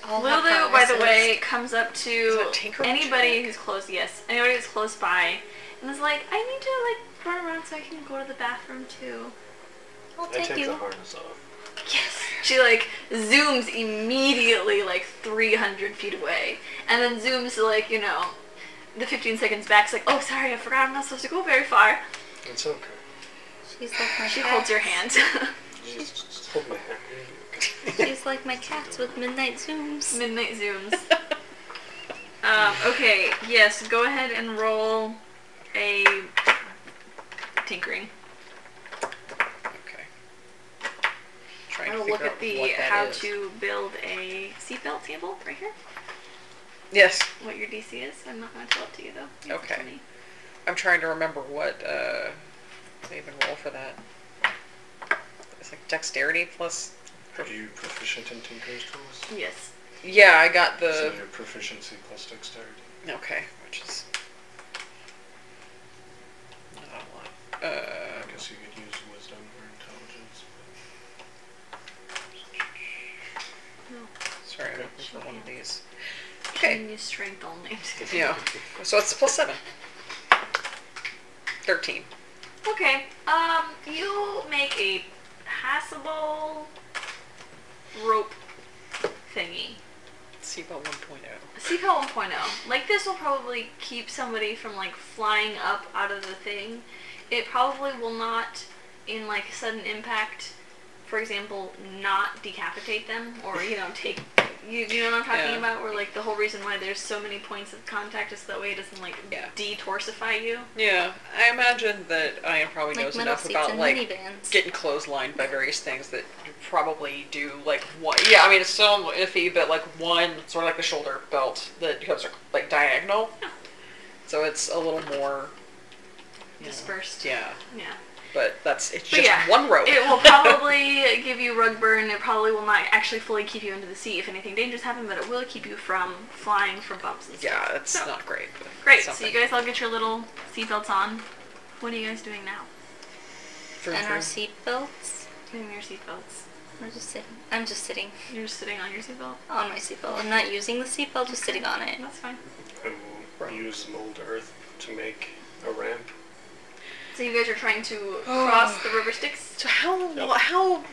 A: Lulu, by the way, comes up to
C: that Tinker
A: anybody who's close. Yes, anybody who's close by, and is like, I need to like run around so I can go to the bathroom too.
E: Oh,
A: I'll
G: I
A: take
G: take the
A: you.
G: harness off.
A: Yes. She like zooms immediately like 300 feet away, and then zooms to like you know, the 15 seconds back. It's like, oh sorry, I forgot I'm not supposed to go very far.
G: It's okay.
E: She's like my
A: She
E: cat.
A: holds your hand.
G: Just, just hold my hand.
E: She's like my cats with midnight zooms.
A: Midnight zooms. um, okay, yes, go ahead and roll a tinkering.
C: okay. Trying
A: I
C: to
A: will
C: figure
A: look
C: out
A: at the
C: what that
A: how
C: is.
A: to build a seatbelt table right here.
C: Yes,
A: What your DC is. I'm not going to tell it to you though. You have to
C: Okay.
A: tell me.
C: I'm trying to remember what uh, I even roll for that. It's like dexterity plus.
G: Are you proficient in Tinker's tools?
A: Yes.
C: Yeah, I got
A: Uh,
C: the.
G: so your proficiency plus dexterity.
C: Okay, which is not a lot. Uh,
G: I guess you could use wisdom or intelligence.
C: sorry, I'm looking for one of these. Okay,
A: Can use strength only.
C: yeah. So it's plus seven. Thirteen.
A: Okay. Um, you make a passable rope thingy.
C: Seatbelt 1.0.
A: Seatbelt 1.0. oh. Like this will probably keep somebody from like flying up out of the thing. It probably will not, in like sudden impact, for example, not decapitate them or you know take You, you know what I'm talking
C: Yeah.
A: about? Where like the whole reason why there's so many points of contact is that way it doesn't like
C: Yeah.
A: detorsify you.
C: Yeah, I imagine that Ian probably
E: Like
C: knows
E: middle
C: enough
E: seats
C: about
E: and
C: like
E: minivans.
C: getting clotheslined by various things that you probably do like one. Yeah, I mean it's still iffy, but like one sort of like the shoulder belt that comes like diagonal, so it's a little more you know,
A: Dispersed.
C: yeah,
A: Yeah.
C: but that's it's
A: But
C: just
A: yeah,
C: one rope.
A: It will probably give you rug burn. It probably will not actually fully keep you into the sea if anything dangerous happens, but it will keep you from flying from bumps and stuff.
C: yeah, it's
A: So,
C: not great. But
A: Great.
C: something.
A: So you guys all get your little seatbelts on. What are you guys doing now?
C: Vroom,
E: and
C: vroom.
E: our seatbelts.
A: In your seatbelts.
E: We're just sitting. I'm just sitting
A: You're just sitting on your seatbelt.
E: on my seatbelt. I'm not using the seatbelt, just sitting on it.
A: That's fine.
G: I will use mold earth to make a ramp.
A: So you guys are trying to cross the rubber sticks.
C: So how how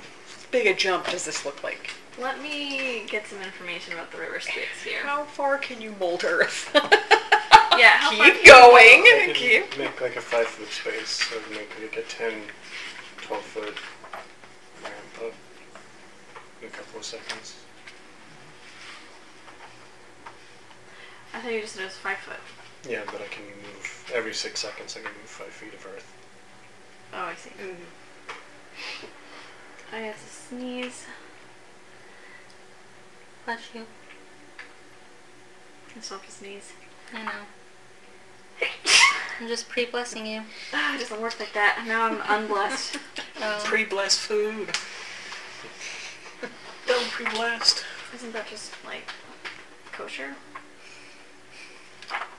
C: big a jump does this look like?
A: Let me get some information about the rubber sticks here.
C: How far can you mold Earth?
A: Yeah, how far
C: keep
A: can you mold
C: going.
G: I
C: Keep.
G: can make like a five foot space, so make like a 10, 12 foot ramp up in a couple of seconds.
A: I thought you just said it was five foot.
G: Yeah, but I can move every six seconds. I can move five feet of earth.
A: Oh, I see. I have to sneeze.
E: Bless you.
A: I still have to sneeze.
E: I know. I'm just pre-blessing you.
A: Ah, it doesn't work like that. Now I'm unblessed.
E: Oh,
B: Pre-blessed food. Don't pre-blessed.
A: Isn't that just like kosher?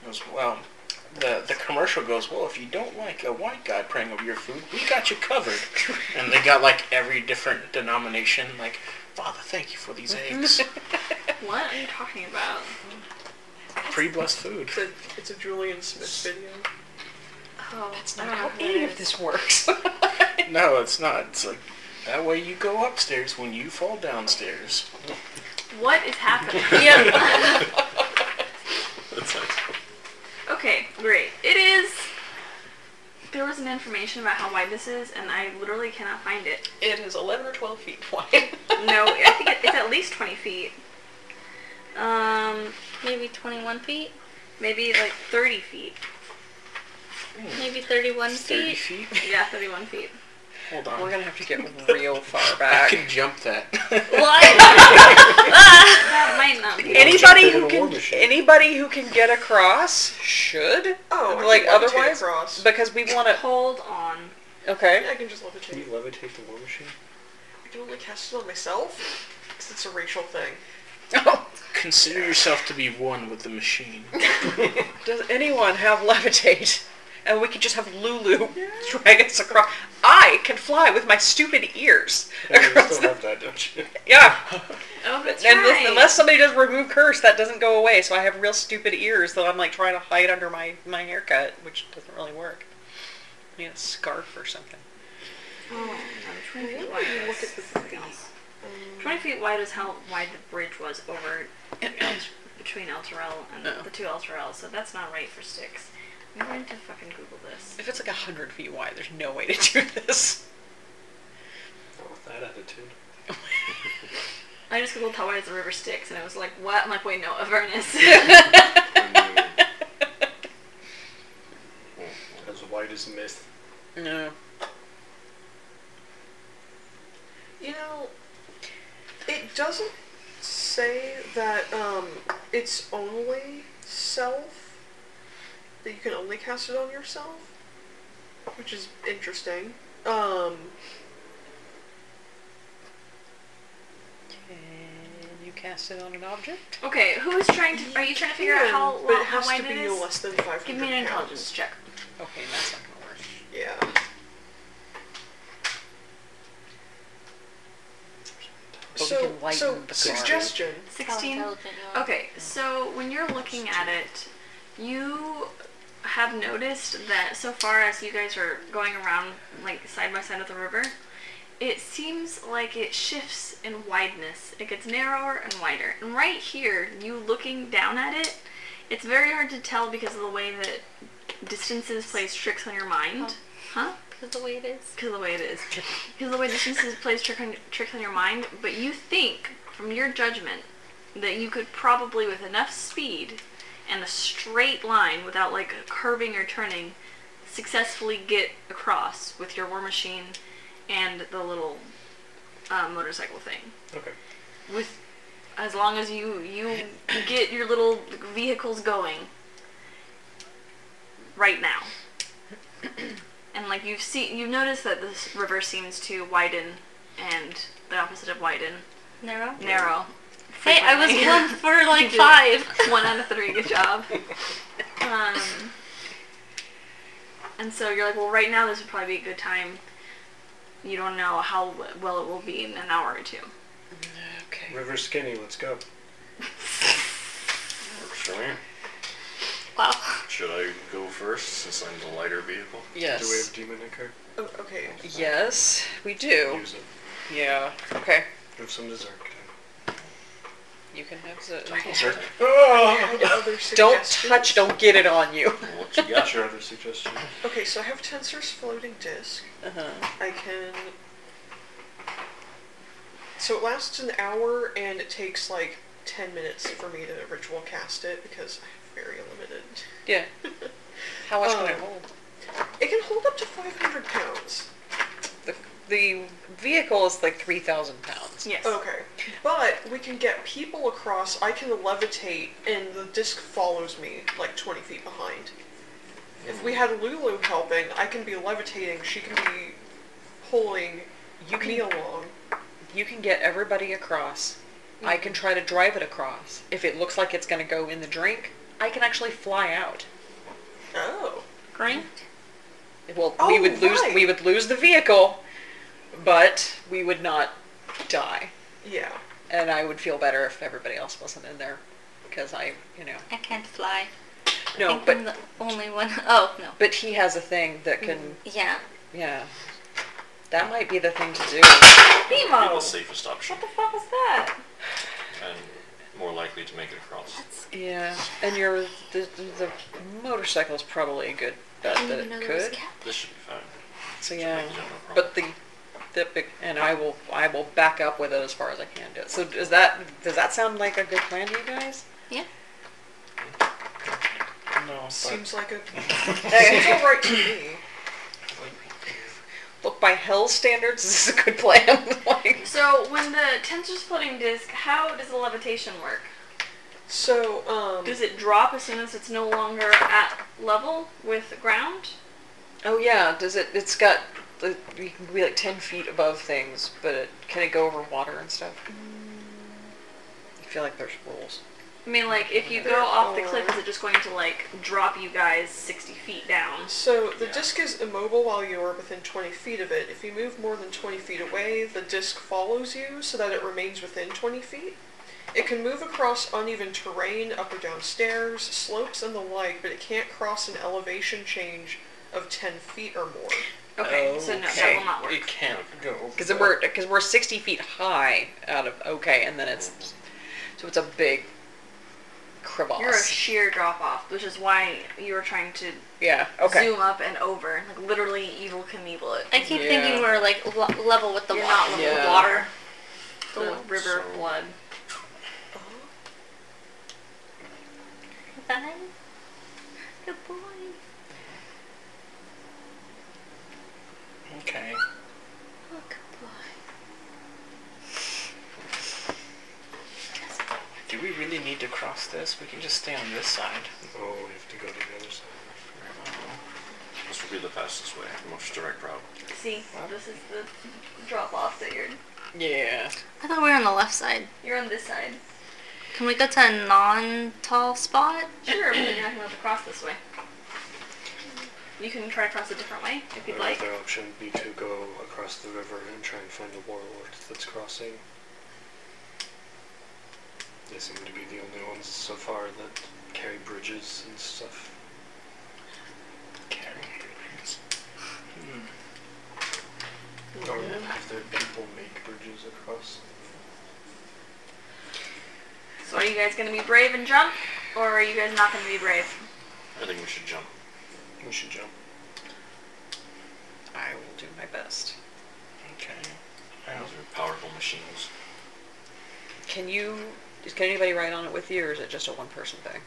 B: Goes, well, the the commercial goes, well, if you don't like a white guy praying over your food, we got you covered. and they got like every different denomination, like, Father, thank you for these eggs.
A: What are you talking about?
B: Pre-blessed food.
F: It's a, it's a Julian Smith video.
A: Oh,
C: That's
A: I
C: not
A: don't
C: how
A: know who
C: any
A: that
C: of
A: is.
C: this works.
B: No, it's not. It's like that way you go upstairs when you fall downstairs.
A: What is happening?
D: That's nice.
A: Okay, great. It is. There was an information about how wide this is, and I literally cannot find it.
C: it is 11 or 12 feet wide.
A: No, I think it, it's at least 20 feet. Um,
E: maybe 21 feet,
A: maybe like 30 feet.
C: Hmm.
E: maybe 31
B: Thirty
E: feet.
B: feet.
A: Yeah, 31 feet.
B: Hold on.
C: We're gonna have to get real far
B: I
C: back.
B: can jump that.
E: What?
A: Ah, That might not be.
C: Anybody
G: Jump in
C: who
G: a war
C: can
G: machine.
C: anybody who can get across should.
F: Oh, I
C: like
F: can levitate
C: otherwise,
F: across.
C: because we want to.
A: Hold on.
C: Okay.
F: I can just
G: Can you
F: levitate.
G: levitate the war machine?
F: I can only cast it on myself because it's a racial thing.
C: Oh,
B: Consider yourself to be one with the machine.
C: Does anyone have levitate? And we could just have Lulu drag us across. I can fly with my stupid ears
G: Yeah, you
C: across
G: still
C: the
G: have that, don't you?
C: Yeah.
A: Oh, that's
C: And unless,
A: right.
C: unless somebody does remove curse, that doesn't go away. So I have real stupid ears that I'm like trying to hide under my my haircut, which doesn't really work. I need a scarf or something.
A: Oh, no, 20 feet wide. Look at this thing. 20 feet wide is how wide the bridge was over El- between El Terrell and
C: Oh.
A: the two El Terrells, so that's not right for sticks. I'm going to fucking Google this.
C: If it's like a hundred feet wide, there's no way to do this.
G: Not with Oh, that attitude.
A: I just Googled how wide is the river Styx, and I was like, what? I'm like, wait, no, Avernus.
G: As wide as myth.
C: No.
F: You know, it doesn't say that um, it's only self, that you can only cast it on yourself, which is interesting. Um,
C: Can you cast it on an object?
A: okay, who is trying to, are you trying to figure out
F: can,
A: how,
F: but
A: long,
F: it
A: how
F: has
A: wide
F: to be
A: it is?
F: less than 500
A: Give me an
F: pounds.
A: intelligence check.
C: Okay, that's not gonna work.
F: Yeah.
C: But we
F: So,
C: can lighten
F: so
C: the scarf.
F: suggestion.
A: 16?
E: How intelligent you are.
A: Okay, so when you're looking at it, you have noticed that so far as you guys are going around like side by side of the river, it seems like it shifts in wideness. It gets narrower and wider. And right here, you looking down at it, it's very hard to tell because of the way that distances plays tricks on your mind. Huh?
E: Because the way it is.
A: because of the way it is. Because of the way distances plays trick on, tricks on your mind, but you think, from your judgment, that you could probably, with enough speed and a straight line without like curving or turning, successfully get across with your war machine and the little uh, motorcycle thing.
B: Okay.
A: With as long as you you get your little vehicles going right now. and like you've seen, you've noticed that this river seems to widen, and the opposite of widen,
E: Narrow?
A: narrow.
E: Hey, I was
A: frequently.
E: one for like
A: You did.
E: five.
A: One out of three. Good job. Um, and so you're like, well, right now this would probably be a good time. You don't know how w- well it will be in an hour or two.
C: Okay.
G: River Skinny, let's go.
D: Works for me.
E: Wow.
D: Should I go first since I'm the lighter vehicle?
G: Do we
C: Yes.
G: have demon in card?
F: Oh, okay.
C: Yes, we do.
G: Use it.
C: Yeah. Okay.
G: Have some dessert.
C: You can have it.
D: Sir,
F: I had other
C: Don't
F: suggestions.
C: touch. Don't get it on you.
D: what you
G: What's
D: got?
G: your other suggestion?
F: Okay, so I have Tensor's floating disk.
C: Uh-huh.
F: I can. So it lasts an hour, and it takes like ten minutes for me to ritual cast it because I have very limited.
C: Yeah. How much can
F: Um,
C: it hold?
F: It can hold up to five hundred pounds.
C: The, the vehicle is like three thousand pounds.
A: Yes.
F: Okay, but we can get people across. I can levitate, and the disk follows me like twenty feet behind. If we had Lulu helping, I can be levitating. She can be pulling
C: You can
F: me along.
C: you can get everybody across. I can try to drive it across. If it looks like it's going to go in the drink, I can actually fly out.
F: Oh.
E: Green?
C: Well,
F: Oh,
C: we would lose
F: right.
C: we would lose the vehicle, but we would not die,
F: Yeah.
C: and I would feel better if everybody else wasn't in there, because I you know
E: I can't fly. I
C: no
E: think I'm
C: but
E: the only one. Oh, no.
C: but he has a thing that can
E: Yeah.
C: yeah. That might be the thing to do.
D: Be
A: Nemo.
D: the safest option
A: What the fuck was that?
D: and more likely to make it across.
C: Yeah, and your the the motorcycle is probably a good bet
E: I
C: that
E: didn't even
C: it
E: know there was
C: could.
E: cat.
D: This should be fine.
C: So
D: Should
C: yeah,
D: make it no problem.
C: but the the big and I will I will back up with it as far as I can do it. So does that does that sound like a good plan to you guys?
E: Yeah.
B: No. But,
F: Seems like a. It's all right to me.
C: Look, by hell standards, this is a good plan. like,
A: So when the tensor's floating disk, how does the levitation work?
F: So, um,
A: Does it drop as soon as it's no longer at level with the ground?
C: oh yeah, does it? It's got the- you can be like ten feet above things, but it, can it go over water and stuff? I feel like there's rules.
A: I mean, like, if you go off the cliff, is it just going to, like, drop you guys 60 feet down?
F: so the disc is immobile while you are within 20 feet of it. If you move more than 20 feet away, the disc follows you so that it remains within 20 feet. It can move across uneven terrain, up or down stairs, slopes, and the like, but it can't cross an elevation change of 10 feet or more.
A: Okay, so no, that
C: Okay.
A: will not work.
B: it can't go.
C: Because we're because we're sixty feet high out of okay, and then it's so it's a big crevasse.
A: You're a sheer drop off, which is why you were trying to
C: yeah. Okay.
A: zoom up and over, like literally evil Knievel it.
E: I keep
C: Yeah.
E: thinking we're like lo- level with the
A: You're
E: water.
A: not level with
C: Yeah.
A: water, the
E: So-
A: river of blood.
E: Bye. Good boy.
B: Okay.
E: Oh, good boy.
B: Do we really need to cross this? We can just stay on this side.
G: Oh, we have to go to the other side.
D: This would be the fastest way, the most direct route.
A: See, this is the drop off that you're
C: Yeah.
E: I thought we were on the left side.
A: you're on this side.
E: Can we go to a non-tall spot?
A: Sure, but you're not gonna be able to cross this way. You can try to cross a different way if you'd
G: Our
A: like.
G: other option would be to go across the river and try and find a warlord that's crossing. They seem to be the only ones so far that carry bridges and stuff.
B: Carry bridges.
G: Hmm. Or have their people make bridges across.
A: So are you guys gonna be brave and jump, or are you guys not gonna be brave?
D: I think we should jump.
G: We should jump.
C: I will do my best.
B: Okay.
D: Those are powerful machines.
C: Can you Just can anybody ride on it with you, or is it just a one person thing?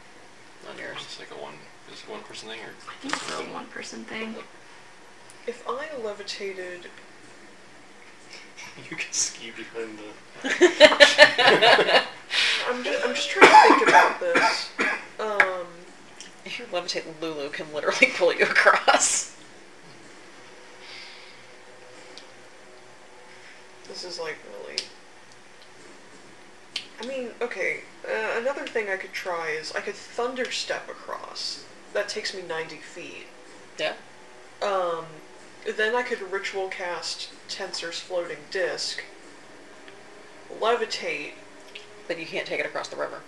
C: On yours.
D: It's like a one. Is it one person thing or?
A: I think it's a one person thing.
F: If I levitated,
G: You can ski behind the.
F: I'm just, I'm just trying to think about this. Um,
C: If you levitate, Lulu can literally pull you across.
F: this is like really. I mean, okay. Uh, another thing I could try is I could thunder step across. That takes me 90 feet.
C: Yeah.
F: Um, then I could ritual cast Tensor's floating disc, levitate.
C: But you can't take it across the river.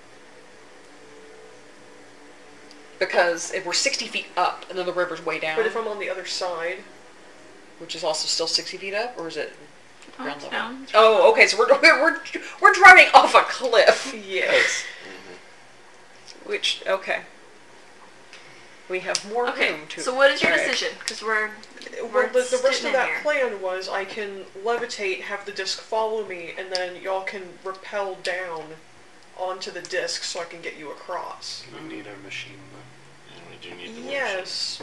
C: Because if we're 60 feet up and then the river's way down,
F: But if I'm on the other side,
C: which is also still 60 feet up, or is it
A: Oh,
C: ground
A: it's
C: level?
A: down.
C: Oh, okay, so we're, we're, we're, we're driving off a cliff.
F: yes.
D: Mm-hmm.
C: Which, okay. We have more
A: Okay,
C: room to.
A: so what is your
C: Okay.
A: decision? Because we're
F: Well,
A: We're
F: the, the rest
A: sitting in
F: of that
A: here.
F: plan was I can levitate, have the disc follow me, and then y'all can rappel down onto the disc so I can get you across.
A: Hmm.
G: We need our machine. though.
D: We do need the one
F: Yes,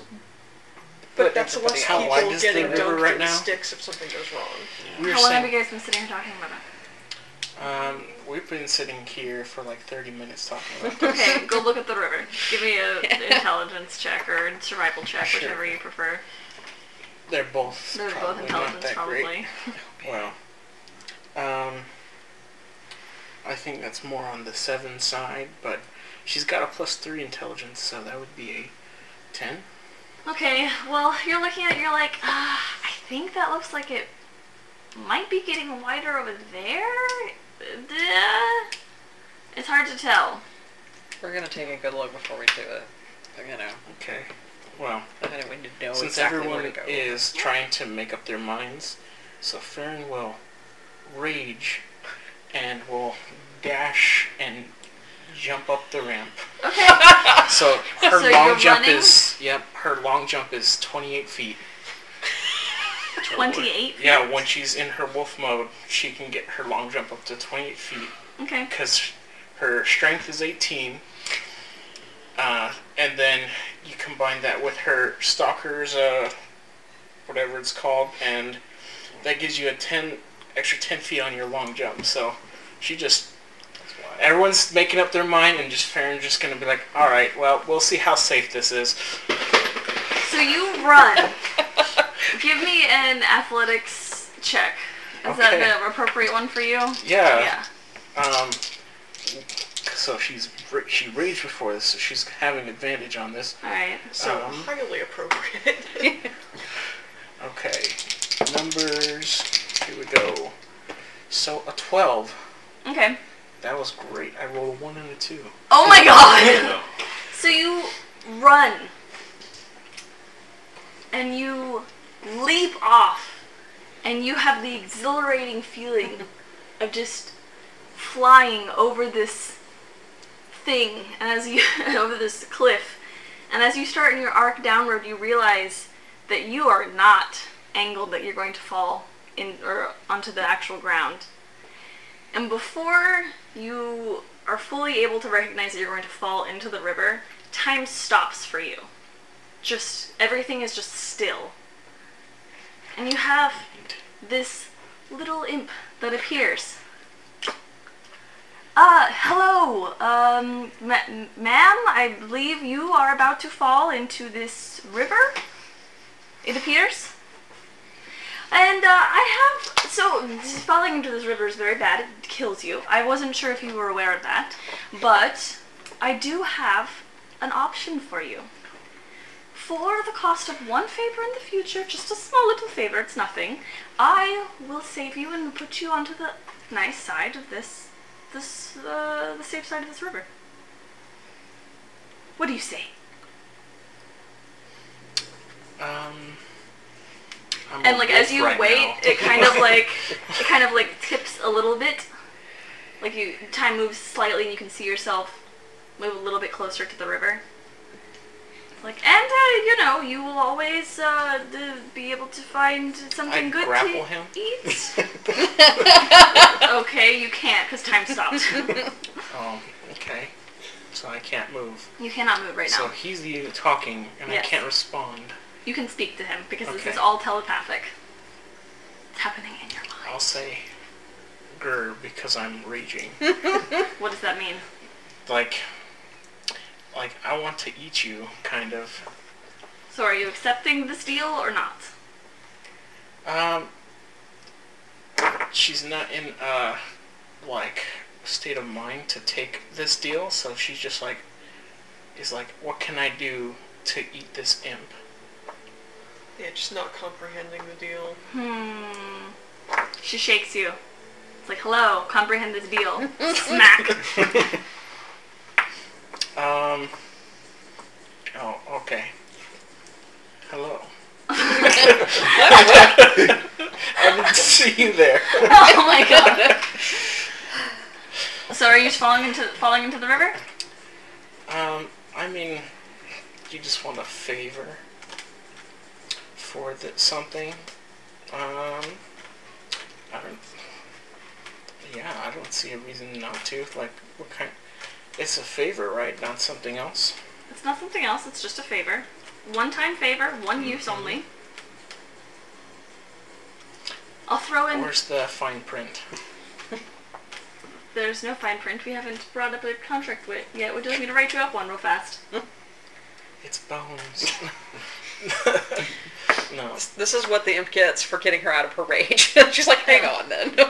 C: But
F: but that's
C: everybody-
F: less
B: how
F: people
B: wide is the
F: getting
B: river
F: dunked
B: right
F: in
B: now?
F: sticks if something goes wrong.
D: machine.
B: We were
A: how long have you
B: saying,
A: guys been sitting here talking about it?
B: um, we've been sitting here for like 30 minutes talking about this.
A: Okay, go look at the river. Give me a intelligence check or survival check,
B: Sure.
A: whichever you prefer.
B: They're both
A: They're both
B: probably not
A: intelligence,
B: that great.
A: probably.
B: Well, um, I think that's more on the seven side, but she's got a plus three intelligence, so that would be a ten.
A: Okay, well, you're looking at it, you're like, ah, I think that looks like it might be getting wider over there? Uh, It's hard to tell.
C: We're going to take a good look before we do it. You know,
B: Okay. Well,
C: I don't we need to know
B: since
C: exactly
B: everyone
C: where to go.
B: is
A: Yeah.
B: trying to make up their minds, so Farron will rage and will dash and jump up the ramp.
A: Okay,
B: So her
A: So
B: long
A: you're
B: jump
A: running?
B: is yep. Her long jump is twenty-eight feet.
A: 28?
B: Yeah, when she's in her wolf mode, she can get her long jump up to 28 feet
A: Okay.
B: because her strength is 18. Uh, and then you combine that with her stalker's, uh, whatever it's called, and that gives you a 10, extra 10 feet on your long jump. So she just, everyone's making up their mind and just Farron's just going to be like, all right, well, we'll see how safe this is.
A: So you run. Give me an athletics check. Is that
B: Okay.
A: the appropriate one for you? Yeah.
B: Yeah. Um, so she's ra- she raged before this, so she's having advantage on this.
A: Alright.
F: So
B: Um.
F: highly appropriate.
B: Okay, numbers. Here we go. So a twelve.
A: Okay.
B: That was great. I rolled a one and a two.
A: Oh my god! so you run. And you leap off. And you have the exhilarating feeling of just flying over this thing as you over this cliff. And as you start in your arc downward, you realize that you are not angled that you're going to fall in or onto the actual ground. And before you are fully able to recognize that you're going to fall into the river, time stops for you. Just everything is just still. And you have this little imp that appears. Uh, hello, um, ma- ma'am, I believe you are about to fall into this river, it appears. And uh, I have so falling into this river is very bad. It kills you. I wasn't sure if you were aware of that, but I do have an option for you. For the cost of one favor in the future, just a small little favor, it's nothing. I will save you and put you onto the nice side of this, this, uh, the safe side of this river. What do you say?
B: Um. I'm
A: and
B: a
A: like as
B: wolf
A: you
B: right
A: wait
B: now.
A: it kind of like it kind of like tips a little bit like you time moves slightly and you can see yourself move a little bit closer to the river like and uh, you know you will always uh, d- be able to find something
B: I
A: good to
B: grapple him?
A: eat okay you can't because time stopped
B: Oh, okay. So I can't move.
A: You cannot move right
B: So
A: now.
B: he's the talking, and
A: Yes.
B: I can't respond.
A: You can speak to him because this
B: Okay.
A: is all telepathic. It's happening in your mind.
B: I'll say grr because I'm raging.
A: What does that mean?
B: like, like I want to eat you, kind of.
A: So are you accepting this deal or not?
B: Um, she's not in a like state of mind to take this deal, so she's just like, is like, what can I do to eat this imp?
F: Yeah, just not comprehending the deal.
A: Hmm. She shakes you. It's like, hello, comprehend this deal. Smack.
B: Um. Oh, okay. Hello. I didn't see you there.
A: oh my god. So are you just falling into falling into the river?
B: Um, I mean, you just want a favor for the, something. Um, I don't. Yeah, I don't see a reason not to. Like, what kind? It's a favor, right? Not something else.
A: It's not something else. It's just a favor. One time favor, one use only. I'll throw in.
B: Where's the fine print?
A: There's no fine print. We haven't brought up a contract wi- yet. We're just going to write you up one real fast.
B: It's bones. no.
C: This- This is what the imp gets for getting her out of her rage. She's like, hang on then.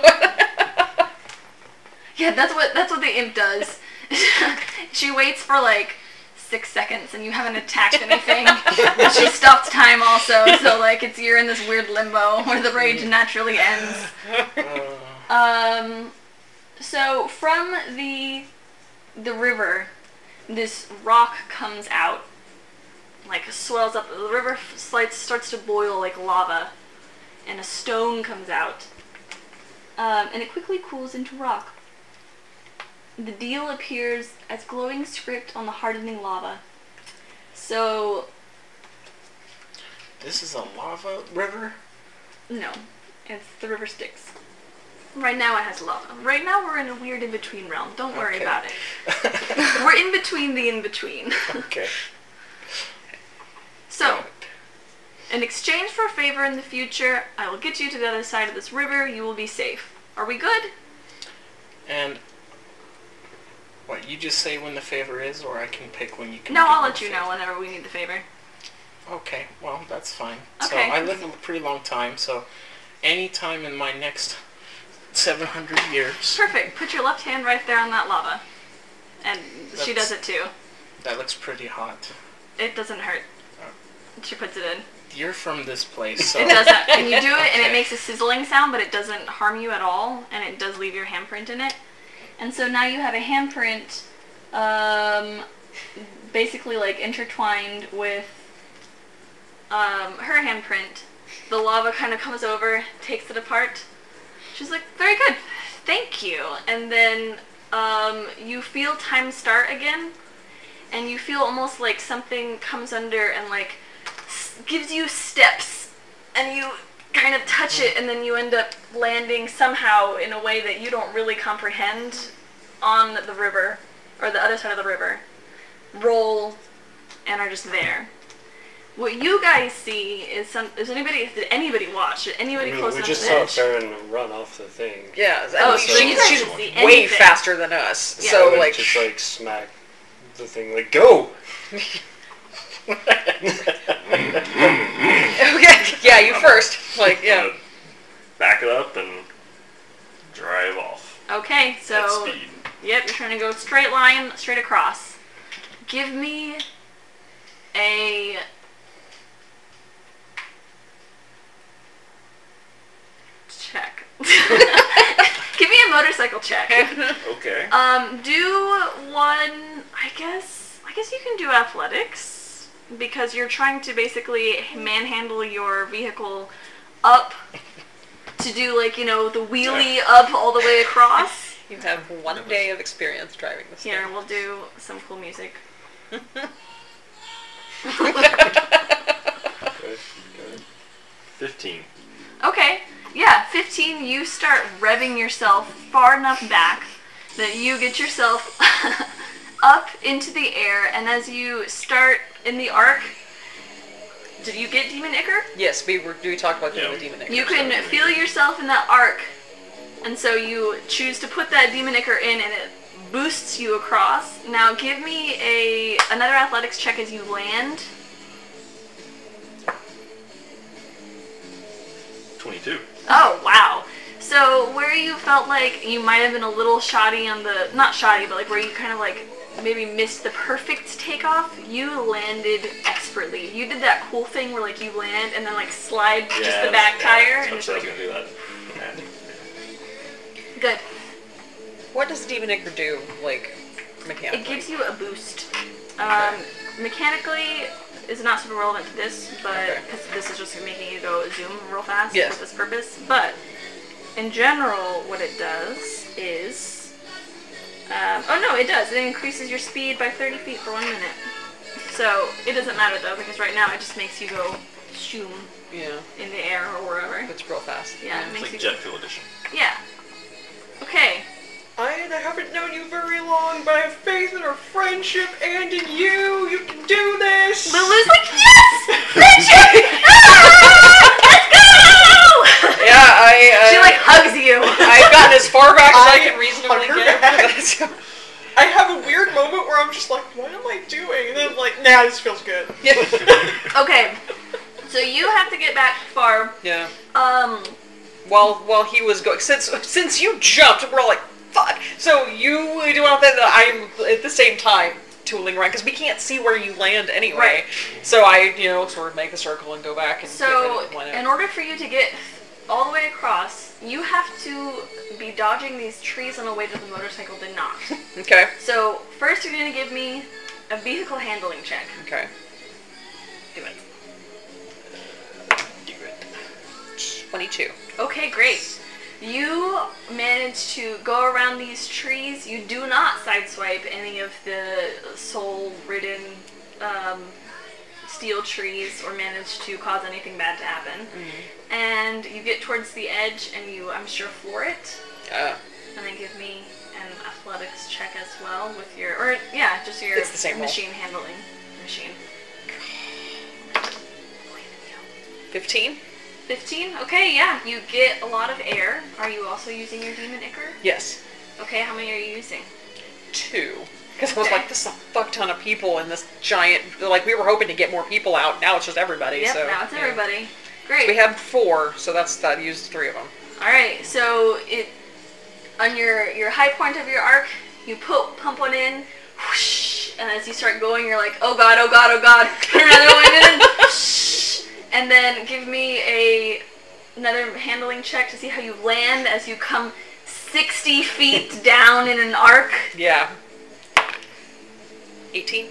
A: Yeah, that's what that's what the imp does. she waits for like six seconds, and you haven't attacked anything. she stopped time also, so like it's you're in this weird limbo where the rage naturally ends.
B: Uh,
A: Um, so from the the river, this rock comes out, like swells up. The river f- slides, starts to boil like lava, and a stone comes out, um, and it quickly cools into rock. The deal appears as glowing script on the hardening lava. So
B: this is a lava river.
A: No, it's the river Styx. Right now it has lava. Right now we're in a weird in-between realm. Don't worry
B: Okay.
A: about it. We're in between the in-between.
B: okay.
A: so, in exchange for a favor in the future, I will get you to the other side of this river. You will be safe. Are we good?
B: And what you just say when the favor is, or I can pick when you can.
A: No,
B: give
A: I'll
B: me
A: let
B: the
A: you
B: favor?
A: know whenever we need the favor.
B: Okay, well that's fine. So
A: Okay.
B: I live a pretty long time, so any time in my next seven hundred years,
A: Perfect. Put your left hand right there on that lava. And she
B: That's-
A: does it too.
B: that looks pretty hot.
A: It doesn't hurt.
B: Oh.
A: She puts it in.
B: You're from this place, so
A: It does that. And you do it, and
B: Okay.
A: it makes a sizzling sound, but it doesn't harm you at all, and it does leave your handprint in it. And so now you have a handprint, um, basically like intertwined with um, her handprint. The lava kind of comes over, takes it apart. She's like, "Very good, thank you." And then um, you feel time start again, and you feel almost like something comes under and like s- gives you steps and you kind of touch it and then you end up landing somehow in a way that you don't really comprehend on the river or the other side of the river roll and are just there what you guys see is some is anybody did anybody watch did anybody
G: I mean,
A: close
G: we
A: enough
G: just
A: to
G: saw
A: the edge?
G: Farron run off the thing.
C: yeah, I
A: oh
C: mean,
A: so
D: she-
A: you guys
C: she's,
A: didn't see
C: she's way
A: anything.
C: faster than us.
A: Yeah.
G: I
C: So
G: would
C: like,
G: just like smack the thing like go.
C: okay, yeah, you first. Like, yeah.
D: Gonna Back it up and drive off
A: okay
D: at
A: so
D: speed.
A: Yep, you're trying to go straight line, straight across. Give me a. Check. Give me a motorcycle check.
D: Okay.
A: Um, do one. I guess. I guess you can do athletics because you're trying to basically manhandle your vehicle up to do like you know the wheelie up all the way across.
C: You have one day of experience driving this.
A: Here, we'll do some cool music.
G: Good, good.
D: Fifteen.
A: Okay, yeah, 15, you start revving yourself far enough back that you get yourself up into the air, and as you start in the arc, did you get Demon Icker?
C: Yes, we were. We talked about
D: Yeah,
C: doing
D: we-
C: the demon.
A: You
C: egg.
A: can feel yourself in that arc, and so you choose to put that Demon Icker in, and it boosts you across. Now give me a another athletics check as you land.
D: 22.
A: Oh wow. So where you felt like you might have been a little shoddy on the not shoddy, but like where you kind of like maybe missed the perfect takeoff, you landed expertly. You did that cool thing where like you land and then like slide just the back tire and
D: that's
A: just
D: what I was
A: like
D: going to do that.
A: good.
C: What does the demon egg do, like, mechanically?
A: It gives you a boost. Um, mechanically is not super relevant to this, but
C: Okay.
A: because this is just making you go zoom real fast
C: Yes.
A: for this purpose. But in general, what it does is. Um, oh no, it does. It increases your speed by 30 feet for one minute. So it doesn't matter though, because right now it just makes you go shoom
C: Yeah,
A: in the air or wherever.
C: it's real fast.
A: Yeah, it
D: It's
A: makes
D: like
A: you.
D: jet fuel edition.
A: Yeah. Okay.
F: I haven't known you very long, but I have faith in our friendship and in you. You can do this.
A: Lulu's like, yes! Friendship! Ah! Let's go!
C: Yeah, I. Uh,
A: She like hugs you.
C: I've gotten as far back as I,
F: I
C: can reasonably
F: hug her
C: get.
F: back.
C: after that.
F: I have a weird moment where I'm just like, what am I doing? And then I'm like, nah, this feels good.
A: Okay. So you have to get back far.
C: yeah.
A: Um,
C: While while he was going, since since you jumped, we're all like, fuck. So you do not that uh, I'm at the same time tooling around because we can't see where you land anyway.
A: Right.
C: So I you know sort of make the circle and go back and
A: so
C: get rid of one
A: in
C: out.
A: order for you to get all the way across, you have to be dodging these trees on the way that the motorcycle did not.
C: okay
A: So first you're gonna give me a vehicle handling check.
C: okay
A: Do it.
C: twenty two.
A: Okay, great. You manage to go around these trees. You do not sideswipe any of the soul-ridden um, steel trees or manage to cause anything bad to happen.
C: Mm-hmm.
A: And you get towards the edge and you, I'm sure, floor it.
C: Uh,
A: And then give me an athletics check as well with your, or yeah, just your
C: It's the same roll.
A: machine handling machine.
C: 15?
A: 15? Okay, yeah. You get a lot of air. Are you also using your demon ichor?
C: Yes.
A: Okay, how many are you using?
C: Two. Because I was like, this is a fuck ton of people in this giant. Like, we were hoping to get more people out. Now it's just everybody.
A: Yep,
C: so,
A: now it's
C: yeah.
A: everybody. Great.
C: We had four, so that's that used three of them.
A: All right, so it on your your high point of your arc, you put pump one in, whoosh, and as you start going, you're like, oh god, oh god, oh god, put another one in, whoosh, and then give me a another handling check to see how you land as you come 60 feet down in an arc.
C: Yeah. 18?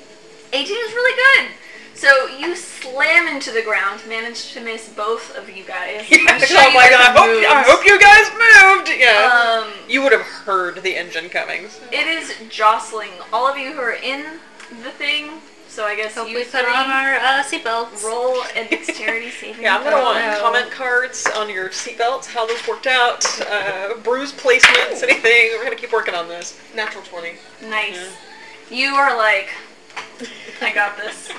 A: 18 is really good. So you slam into the ground, managed to miss both of you guys. I'm sure
C: oh
A: you
C: my
A: guys
C: god, I
A: have
C: hope, I
A: moves.
C: hope you guys moved! Yeah.
A: Um,
C: you would have heard the engine coming. so-
A: it is jostling. All of you who are in the thing, so I guess
E: Hope
A: you
E: we put
A: three,
E: on our uh, seatbelts.
A: roll a dexterity saving.
C: Yeah, I'm gonna
A: throw.
C: want
E: no.
C: comment cards on your seatbelts, how those worked out, uh, bruise placements, anything. We're gonna keep working on this.
F: Natural 20.
A: Nice. You are like, I got this.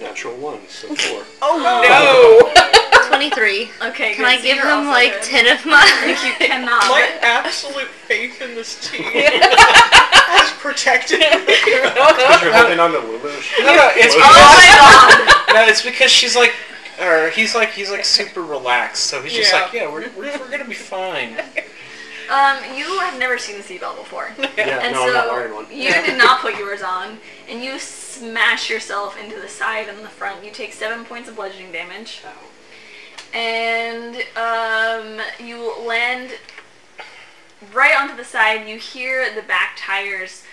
G: Natural one, so four.
F: Oh,
C: No!
E: 23.
A: Okay,
E: Can
A: good.
E: I
A: So
E: give
A: you're
E: him
A: also
E: like
A: good.
E: 10 of mine?
A: You cannot.
F: My absolute faith in this team has protected
G: Because you're holding on to Lulu.
B: No, it's
G: Oh
B: because, no, it's because she's like, or he's like, he's like super relaxed, so he's just
F: Yeah.
B: like, yeah, we're, we're, we're gonna be fine.
A: um, you have never seen the seatbelt before.
G: Yeah,
A: And
G: no,
A: so
G: I'm not wearing one.
A: you did not put yours on, and you smash yourself into the side and the front. You take seven points of bludgeoning damage,
G: Oh.
A: and um, you land right onto the side. You hear the back tires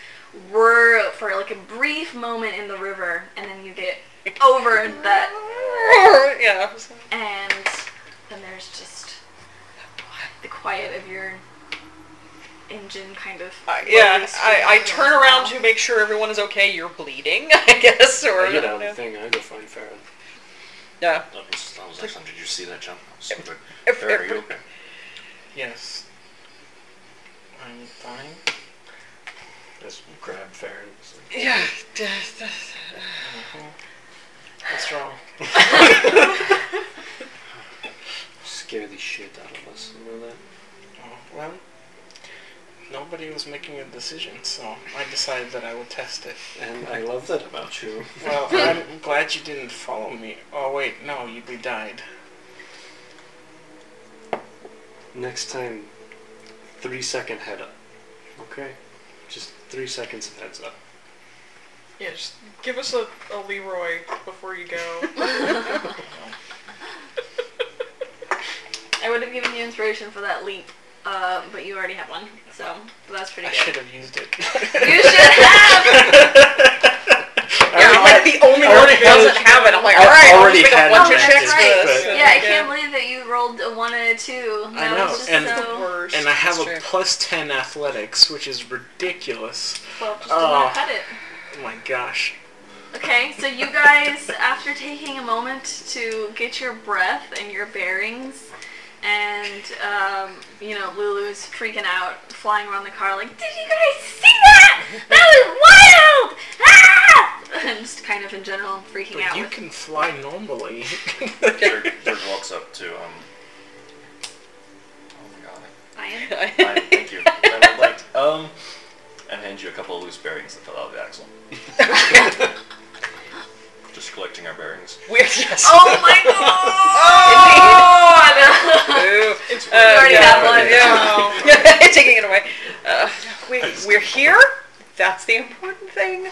A: whir for like a brief moment in the river, and then you get over that,
C: yeah. so-
A: and then there's just the quiet of your engine kind of
C: I- Uh, yeah,
A: slowly
C: I, I
A: screaming
C: turn around to make sure everyone is okay. You're bleeding, I guess, or
G: I get
C: I
G: out
C: don't
G: of the
C: know.
G: thing, I go find Farron.
C: yeah.
D: I was, I was like, did you see that jump? I was so good.
C: If-
D: Farrah, are you
C: if-
D: okay?
B: Yes. I'm fine.
G: Just grab Farron. so-
C: Yeah.
B: mm-hmm. What's wrong?
G: Scare the shit out of us. You know that?
B: Oh, well, nobody was making a decision, so I decided that I would test it.
G: And I love that about you.
B: Well, I'm glad you didn't follow me. Oh, wait, no, you be died.
G: Next time, three second head up. Okay? Just three seconds of heads up.
F: Yeah, just give us a, a Leroy before you go.
A: I would have given you inspiration for that leap, uh, but you already have one, so that's pretty
B: I
A: good.
B: should have used it.
A: You should have.
B: I
C: Yeah,
B: already
C: I'm
B: had-
C: like the only
B: I
C: one
B: already
C: who doesn't
B: had-
C: have it. I'm like, all
G: I
C: right, I'll
G: already
C: just make a
G: had
C: bunch
A: it.
C: of
A: Oh, That's
C: checks for
A: right.
C: this.
A: Yeah, I
F: Yeah.
A: can't believe that you rolled a one and a two. That
B: I know,
A: was just
B: and-
A: so
F: Worst.
B: And I have
C: That's
B: a
C: true.
B: plus 10 athletics, which is ridiculous.
A: well, just
B: Oh.
A: not cut it.
B: Oh my gosh.
A: Okay, so you guys, after taking a moment to get your breath and your bearings, and um, you know, Lulu's freaking out, flying around the car like, "Did you guys see that? That was wild!" Ah! And just kind of in general freaking
B: But
A: out.
B: you
A: with-
B: can fly normally.
D: Dirk, Dirk walks up to um. Oh my god.
A: Ryan.
D: I, thank you. I would like to, um, and hand you a couple of loose bearings that fell out of the axle. Just collecting our bearings.
C: Weird. Yes.
A: Oh my god!
C: Ooh.
F: It's
C: Oh, Uh,
F: weird.
A: already
C: yeah,
A: have one.
C: Yeah. Taking it away. Uh, we, we're here. That's the important thing.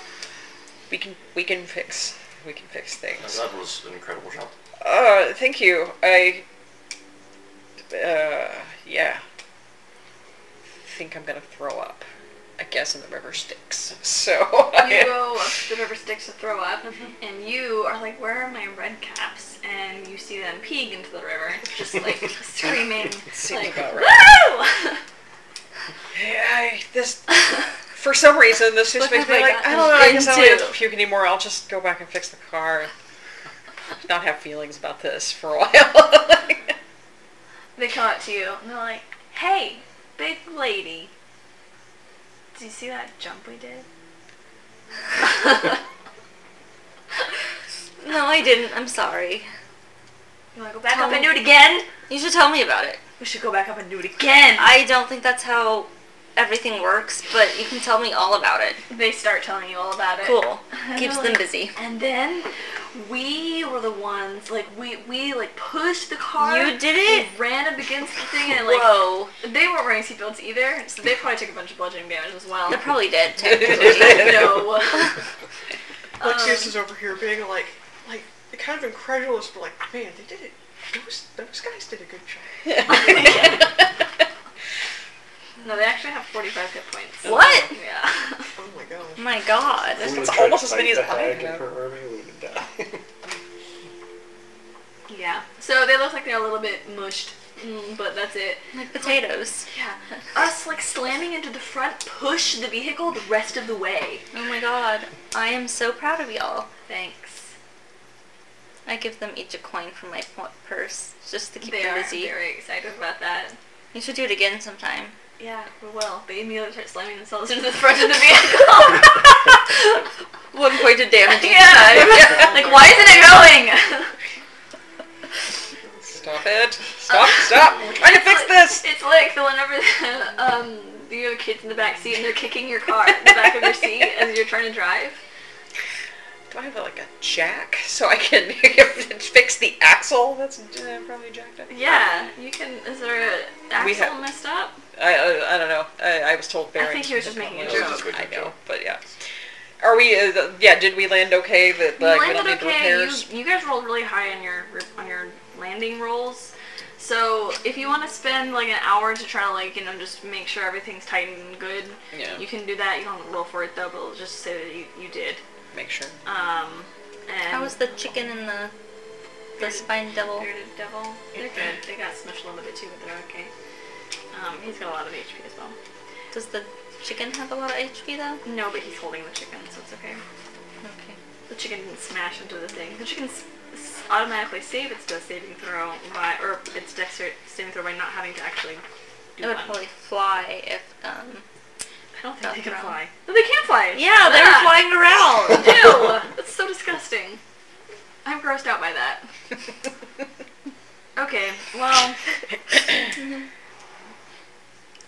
C: We can we can fix we can fix
D: Now,
C: things.
D: that was an incredible job.
C: Uh, thank you. I. Uh, yeah. Think I'm gonna throw up. I guess in the river Styx. So.
A: you go up to the river Styx to throw up,
E: Mm-hmm.
A: and you are like, "Where are my red caps?" And you see them peeing into the river, just like screaming,
C: Seems
A: like
C: about
A: "Woo!"
C: Yeah, I- this. For some reason, this
A: What
C: just makes
A: have
C: me
A: I
C: like, I
A: gotten
C: don't know, I guess I don't
A: into?
C: have to puke anymore. I'll just go back and fix the car. Not have feelings about this for a while.
A: they come up to you, and they're like, "Hey, big lady, do you see that jump we did?"
E: No, I didn't. I'm sorry.
A: You want to go back
E: Tell
A: up and
E: me.
A: do it again?
E: You should tell me about it.
A: We should go back up and do it again.
E: I don't think that's how everything works, but you can tell me all about it.
A: they start telling you all about it.
E: Cool.
A: I
E: Keeps
A: know,
E: them
A: like-
E: busy.
A: And then we were the ones like we we like pushed the car.
E: You did it?
A: We ran up against the thing and like
E: Whoa.
A: they weren't wearing seatbelts either, so they probably took a bunch of bludgeoning damage as well.
E: They're probably dead, technically.
A: no.
B: Um,
F: Lexius is over here being like, like kind of incredulous, but like, man, they did it. Those, those guys did a good job.
A: no, they actually have 45 hit points.
E: what?
A: Yeah.
F: Oh my god.
E: My god.
G: If we
C: It's
G: would've tried to
C: almost as
G: fight
C: many as
G: the
C: I
G: hag and
C: have.
G: her army, we would've died.
A: Yeah. So they look like they're a little bit mushed, mm, but that's it.
E: Like potatoes.
A: Yeah. Us like slamming into the front pushed the vehicle the rest of the way.
E: Oh my god. I am so proud of y'all.
A: Thanks.
E: I give them each a coin from my po- purse just to keep
A: They
E: them
A: are
E: busy.
A: very excited about that.
E: You should do it again sometime.
A: Yeah, we will. They immediately start slamming themselves into the front of the vehicle.
E: One point of damage.
A: yeah. Like, why isn't it going?
C: Stop it. Stop, stop. We're trying to fix this.
A: It's like the whenever um, you have kids in the back seat and they're kicking your car in the back of your seat as you're trying to drive.
C: Do I have like a jack so I can fix the axle? That's uh, probably jacked up.
A: Yeah, you can. Is there a
C: We
A: axle
C: have-
A: messed up?
C: I, I, I don't know. I, I was told
A: think
C: bearings.
A: he was
C: but
A: just making a
C: probably-
A: joke. I was
D: just making
C: I
D: a
C: know,
D: joke.
C: but yeah. Are we? Uh, th- yeah. Did we land okay? That
A: You
C: like we don't
A: landed
C: need
A: okay.
C: repairs.
A: You, you guys rolled really high on your on your landing rolls. So if you want to spend like an hour to try to like you know just make sure everything's tightened and good,
C: Yeah.
A: you can do that. You don't have to roll for it though, but it'll just say that you, you did.
C: Make sure.
A: Um, and
E: How was the chicken and the the spine devil?
A: Bearded Devil. They're good. They got smushed a little bit too, but they're okay. Um, he's got a lot of HP as well.
E: Does the chicken have a lot of HP though?
A: No, but he's holding the chicken, so it's okay.
E: Okay.
A: The chicken didn't smash into the thing. The chicken s- s- automatically save its death saving throw by, or its dex saving throw by not having to actually do
E: It would
A: one.
E: probably fly if um
A: I don't think they can
E: That's wrong.
A: fly. No, they can fly.
E: Yeah, they were
A: Ah.
E: flying around.
A: Ew! That's so disgusting. I'm grossed out by that. Okay, well,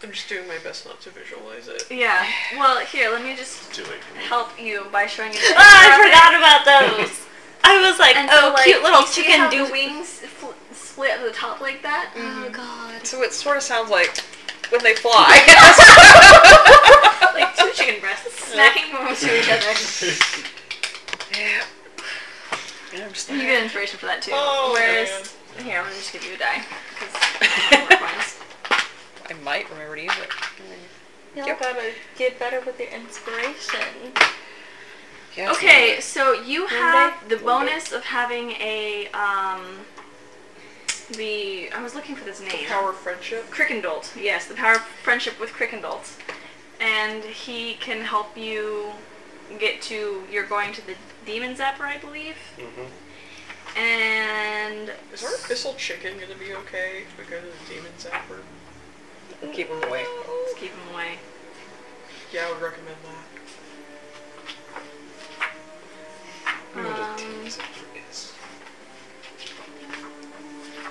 F: I'm just doing my best not to visualize it.
A: yeah. Well, here, let me just
D: Too late for me.
A: help you by showing you. the
E: Ah, I
A: picture of it.
E: forgot about those. I was like,
A: And so,
E: oh,
A: like,
E: cute little
A: you see
E: chicken
A: how
E: do
A: the wings fl- split at the top like that.
E: Oh god.
C: So it sort of sounds like when they fly.
A: like two chicken breasts smacking moments to each other.
C: yeah. And I'm just
A: You
C: like,
A: get inspiration for that too.
F: Oh,
A: Whereas, here, I'm gonna just give you a die. Because
C: I might remember to use it.
E: Y'all
C: Yep.
E: gotta get better with the inspiration.
C: Yeah.
A: Okay, so you have the
G: One day.
A: bonus of having a, um, the, I was looking for this name.
F: Power of friendship.
A: Crickendolt, yes, the power of friendship with Crickendolt. And he can help you get to, you're going to the Demon Zapper, I believe.
G: Mm-hmm.
A: And
F: Is our abyssal chicken gonna be okay if we go to the demon zapper?
C: Keep them away.
A: let's keep him away.
F: Yeah, I would recommend that.
A: Um,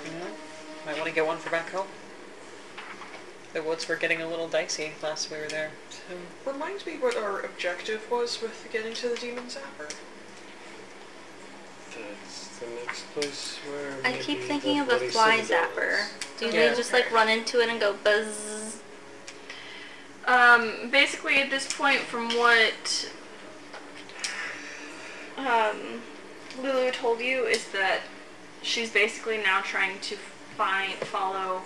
C: Yeah. Might want to get one for back home. The woods were getting a little dicey last we were there. So.
F: Reminds me what our objective was with getting to the demon zapper.
G: That's the next place where.
E: I
G: maybe
E: keep thinking of the
G: bloody
E: fly
G: citadel
E: zapper.
G: is.
E: Do
C: Yeah.
E: they just like run into it and go buzz?
A: Um, basically, at this point, from what um, Lulu told you, is that she's basically now trying to find, follow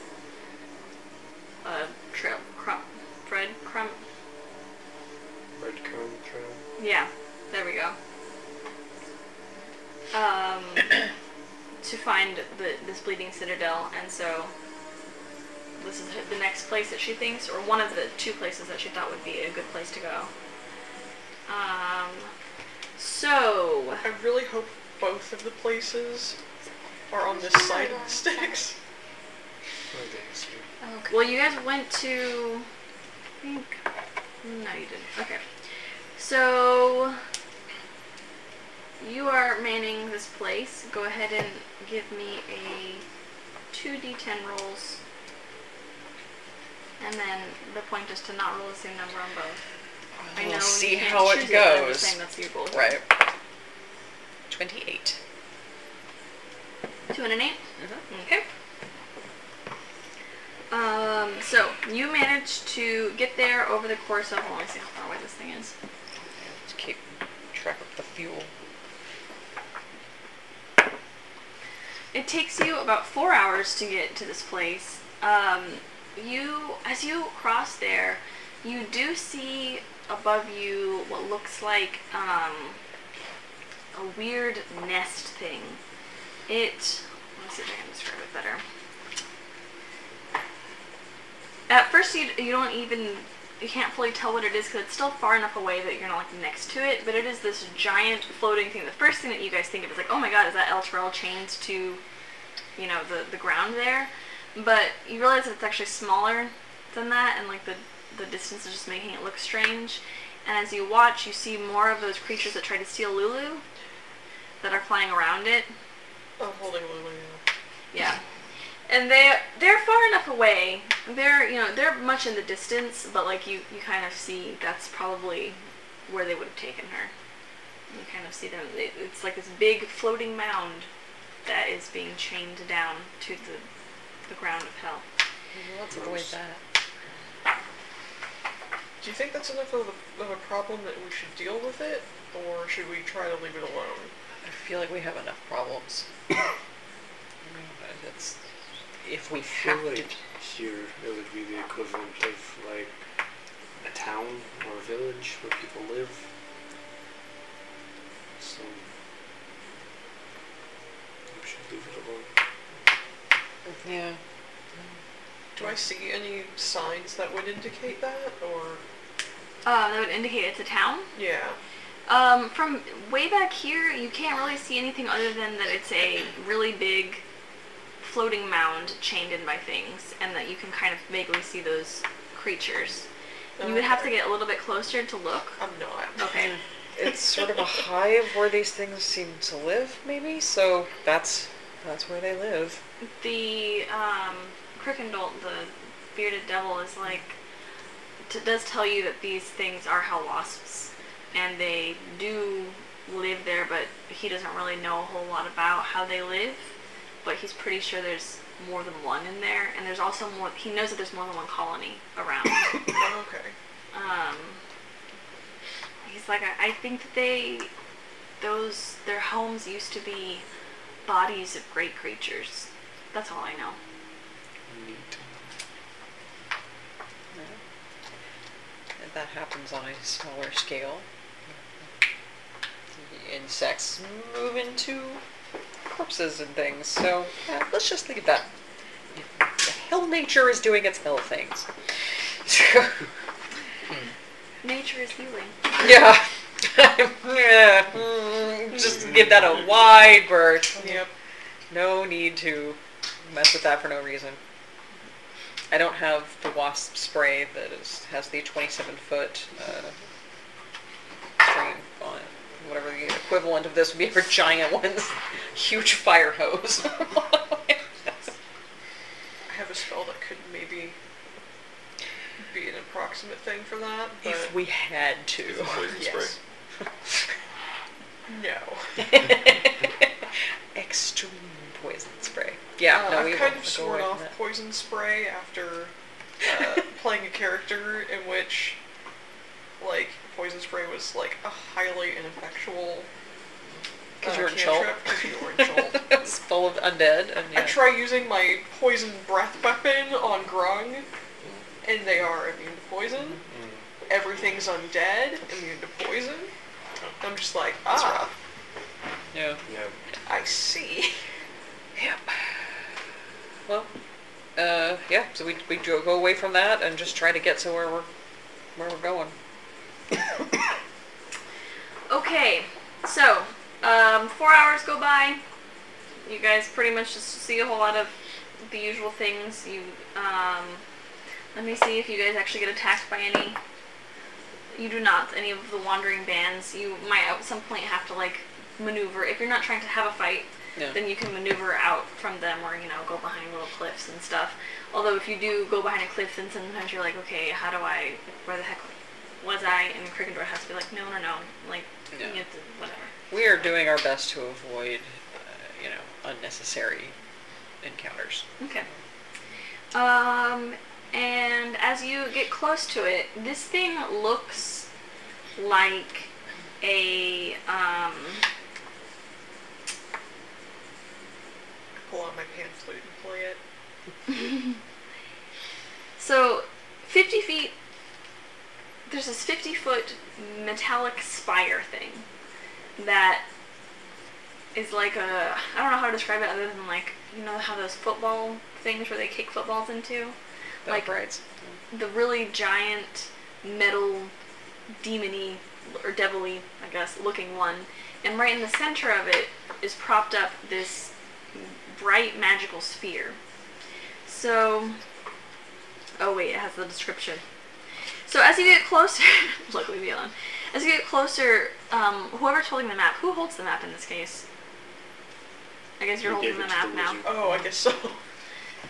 A: a trail, crumb, bread, crumb.
G: Red cone trail.
A: Yeah, there we go. Um, to find the, this bleeding citadel, and so this is the next place that she thinks, or one of the two places that she thought would be a good place to go. Um, so
F: I really hope both of the places are on this side of the sticks.
G: Where they used to be.
E: Okay.
A: Well, you guys went to. I think. No, you didn't. Okay. So. You are manning this place. Go ahead and give me a 2d10 rolls. And then the point is to not roll the same number on both. I know
C: We'll
A: you
C: see
A: can't
C: how
A: choose
C: it
A: but I'm just
C: goes.
A: saying that's your goal.
C: Right. 28.
A: Two and an 8 Okay. Um, so you managed to get there over the course of. Let me see how far away this thing is.
C: Let's keep track of the fuel.
A: It takes you about four hours to get to this place. Um, you, as you cross there, you do see above you what looks like um, a weird nest thing. It. Let me see if I can describe it better. At first, you, you don't even. You can't fully tell what it is because it's still far enough away that you're not like next to it, but it is this giant floating thing. The first thing that you guys think of is like, oh my god, is that El Terrell chained to, you know, the, the ground there? But you realize that it's actually smaller than that, and like the, the distance is just making it look strange. And as you watch, you see more of those creatures that try to steal Lulu that are flying around it.
F: I'm holding Lulu now.
A: Yeah. And they they're far enough away. They're you know they're much in the distance, but like you you kind of see that's probably where they would have taken her. You kind of see them. It, it's like this big floating mound that is being chained down to the the ground of hell.
C: Let's avoid that.
F: Do you think that's enough of a, of a problem that we should deal with it, or should we try to leave it alone?
C: I feel like we have enough problems. I mean, that's- if we
G: I feel
C: have to.
G: like here it would be the equivalent of like a town or a village where people live. So we should leave it alone.
C: Yeah.
F: Do I see any signs that would indicate that, or
A: Uh, that would indicate it's a town.
F: yeah?
A: Um, from way back here, you can't really see anything other than that it's a really big floating mound chained in by things, and that you can kind of vaguely see those creatures. You would have to get a little bit closer to look.
F: I'm not.
A: Okay.
C: It's sort of a hive where these things seem to live, maybe. So that's that's where they live.
A: The um, Crickendalt, the bearded devil, is like t- does tell you that these things are hell wasps, and they do live there, but he doesn't really know a whole lot about how they live. But he's pretty sure there's more than one in there, and there's also more. He knows that there's more than one colony around.
F: Okay.
A: um, he's like, I, I think that they, those, their homes used to be bodies of great creatures. That's all I know.
G: Neat.
C: And that happens on a smaller scale. The insects move into corpses and things. So yeah, let's just leave that. Hell nature is doing its hell things.
A: Nature is healing.
C: yeah. yeah. mm, Just give that a wide berth.
F: Yep.
C: No need to mess with that for no reason. I don't have the wasp spray that is, has the 27 foot uh, string on it. Whatever the equivalent of this would be for giant ones. Huge fire hose.
F: I have a spell that could maybe be an approximate thing for that, but
C: if we had to.
D: It's a poison
F: yes. no.
C: Extreme poison spray. Yeah,
F: Uh,
C: no, we won't
F: I've kind of
C: go
F: sworn
C: away from
F: off
C: that.
F: poison spray after uh, playing a character in which, like, poison spray was like a highly ineffectual.
C: Because
F: uh,
C: you're in Chult.
F: cantrip 'cause you were in Chult.
C: it's full of undead. And
F: I
C: yeah.
F: try using my poison breath weapon on Grung, and they are immune to poison.
C: Mm-hmm.
F: Everything's undead, immune to poison.
C: Oh.
F: I'm just like, ah,
C: Yeah.
G: Yep.
F: I see.
C: Yep. Well, uh, yeah. So we we go go away from that and just try to get to where we're where we're going.
A: Okay, so um, four hours go by. You guys pretty much just see a whole lot of the usual things. You um, let me see if you guys actually get attacked by any. You do not any of the wandering bands. You might at some point have to like maneuver if you're not trying to have a fight.
C: Yeah.
A: Then you can maneuver out from them, or you know, go behind little cliffs and stuff. Although if you do go behind a cliff, then sometimes you're like, okay, how do I? Where the heck was I? And Crickendor has to be like, no, no, no, like
C: Yeah.
A: you have to, whatever.
C: We are doing our best to avoid, uh, you know, unnecessary encounters.
A: Okay. Um, and as you get close to it, this thing looks like a um,
F: Pull out my pan flute and play it.
A: so fifty feet. There's this fifty foot metallic spire thing that is like a I don't know how to describe it other than like you know how those football things where they kick footballs into
C: The
A: Like-
C: uprights.
A: the really giant metal demony or devilly, I guess, looking one. And right in the center of it is propped up this bright magical sphere. So, oh wait, it has the description. So as you get closer, luckily be alone. As you get closer, um, whoever's holding the map, who holds the map in this case? I guess you're
G: We gave
A: holding the
G: it to
A: map now.
G: the wizard.
F: Oh,
C: Mm-hmm.
F: I guess so.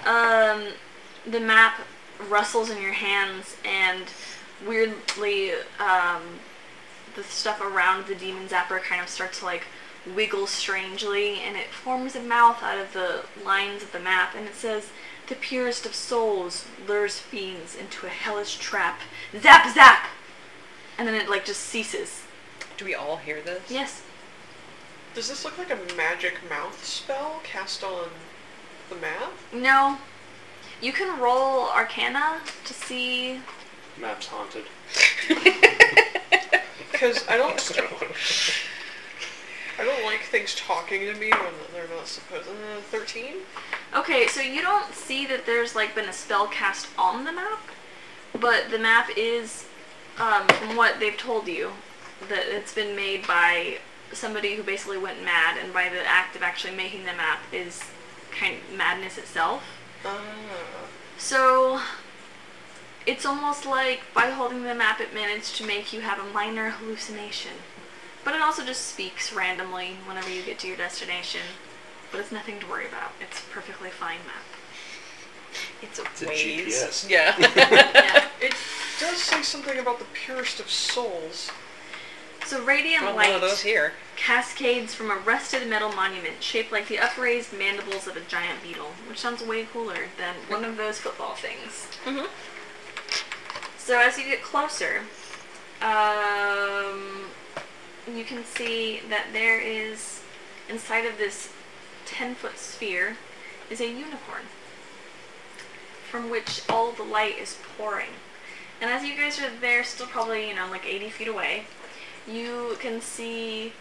A: Um, the map rustles in your hands, and weirdly, um, the stuff around the demon zapper kind of starts to like wiggle strangely, and it forms a mouth out of the lines of the map, and it says, "The purest of souls lures fiends into a hellish trap. Zap, zap!" And then it like just ceases.
C: Do we all hear this?
A: Yes.
F: Does this look like a magic mouth spell cast on the map?
A: No. You can roll Arcana to see
G: Map's haunted.
F: Because I don't, I don't like things talking to me when they're not supposed. Uh, Thirteen.
A: Okay, so you don't see that there's like been a spell cast on the map, but the map is, um, from what they've told you, that it's been made by somebody who basically went mad, and by the act of actually making the map is
F: Uh,
A: kind of madness itself.
F: Ah.
A: So It's almost like by holding the map, it managed to make you have a minor hallucination. But it also just speaks randomly whenever you get to your destination. But it's nothing to worry about. It's a perfectly fine map.
C: It's a
G: It's a
C: ways.
G: GPS.
H: Yeah.
A: Yeah.
F: It does say something about the purest of souls.
A: So radiant
H: Got
A: light
H: one of those here.
A: cascades from a rusted metal monument shaped like the upraised mandibles of a giant beetle, which sounds way cooler than one of those football things.
H: Mhm. Mm-hmm.
A: So as you get closer, um, you can see that there is inside of this ten-foot sphere is a unicorn from which all the light is pouring. And as you guys are there, still probably you know like 80 feet away, you can see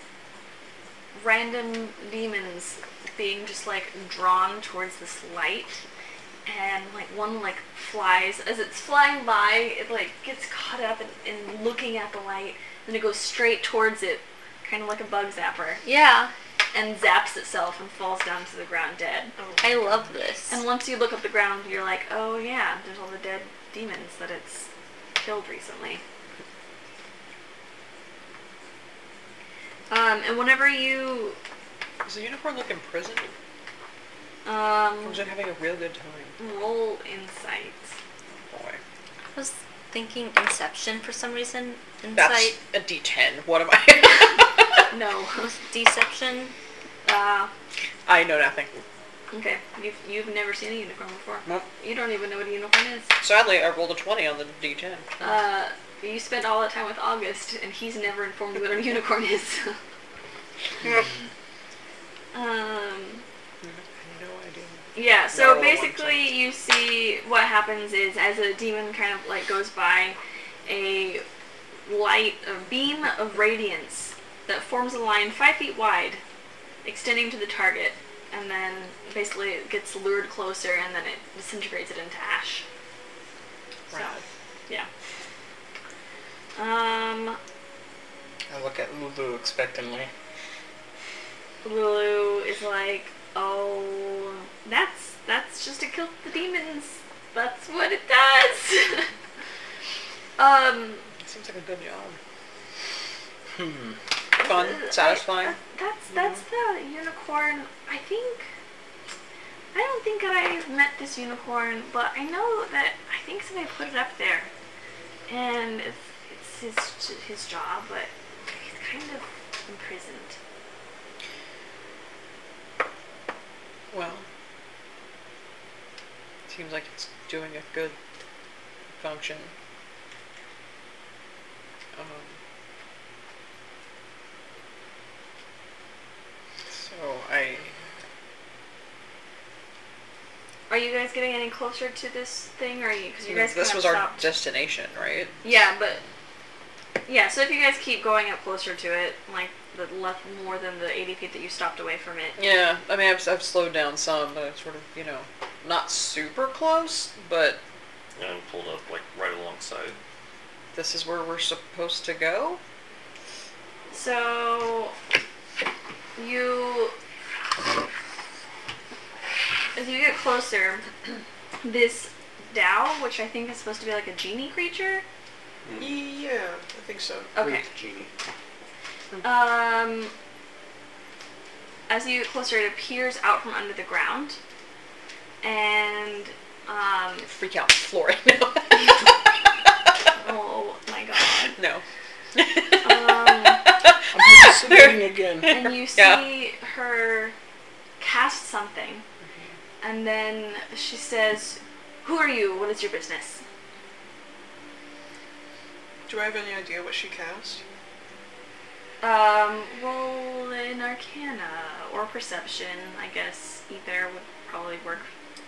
A: random demons being just like drawn towards this light and like one like flies as it's flying by it like gets caught up and, and looking at the light then it goes straight towards it kind of like a bug zapper
E: Yeah,
A: and zaps itself and falls down to the ground dead
E: I love this.
A: and once you look at the ground you're like oh yeah there's all the dead demons that it's killed recently um, and whenever you
H: Does the unicorn look imprisoned? Or
A: um,
H: is it having a real good time?
A: roll insights
H: Boy.
E: I was thinking Inception for some reason.
H: That's
E: Insight.
H: a D10. What am I?
A: no
E: Was it Deception.
A: uh,
H: I know nothing.
A: okay you've, you've never seen a unicorn before
H: Nope.
A: you don't even know what a unicorn is
H: Sadly, I rolled a 20 on the D10.
A: uh, you spent all that time with august and he's never informed you what a unicorn is um,
H: No idea.
A: Yeah, so
H: Roll a one
A: basically you see what happens is as a demon kind of like goes by, a light, a beam of radiance that forms a line five feet wide, extending to the target, and then basically it gets lured closer and then it disintegrates it into ash. So,
H: Right.
A: yeah. Um,
B: I look at Lulu expectantly.
A: Lulu is like, oh, that's that's just to kill the demons. That's what it does. um,
H: It seems like a good job.
B: Hmm.
H: Fun,
A: uh,
H: satisfying.
A: I- that's that's the unicorn. I think. I don't think that I've met this unicorn, but I know that I think somebody put it up there, and it's, it's his his job, but he's kind of imprisoned.
H: Well, seems like it's doing a good function. Um, so I
A: Are you guys getting any closer to this thing, or are you? Because you guys
H: Hmm, this
A: kinda
H: was our
A: stopped.
H: destination, right?
A: Yeah, but yeah. So if you guys keep going up closer to it, like the left more than the eighty feet that you stopped away from it.
H: Yeah, I mean I've, I've slowed down some, but I've sort of you know not super close, but
D: And I'm pulled up like right alongside.
H: this is where we're supposed to go.
A: So you, as you get closer, this Dao, which I think is supposed to be like a genie creature.
F: Yeah, I think so.
A: Okay.
G: Genie.
A: Um, as you get closer, it appears out from under the ground, and um,
H: Freak out, floor it.
A: oh my god.
H: no.
A: Um,
B: I'm participating again.
A: and you see
H: Yeah.
A: her cast something, and then she says, "Who are you? What is your business?"
F: Do I have any idea what she cast?
A: Um, roll in Arcana or Perception, I guess. Either would probably work.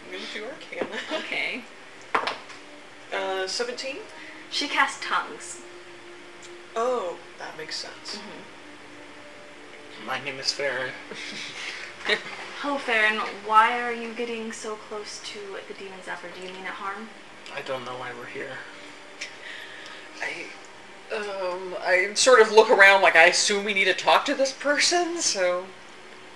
F: I'm gonna do Arcana.
A: Okay.
F: Uh, 17?
A: She cast tongues.
F: Oh, that makes sense.
B: My name is Farron.
A: Oh, Farron, why are you getting so close to the demon's zapper? Do you mean it harm?
B: I don't know why we're here.
H: I, um, I sort of look around like I assume we need to talk to this person, so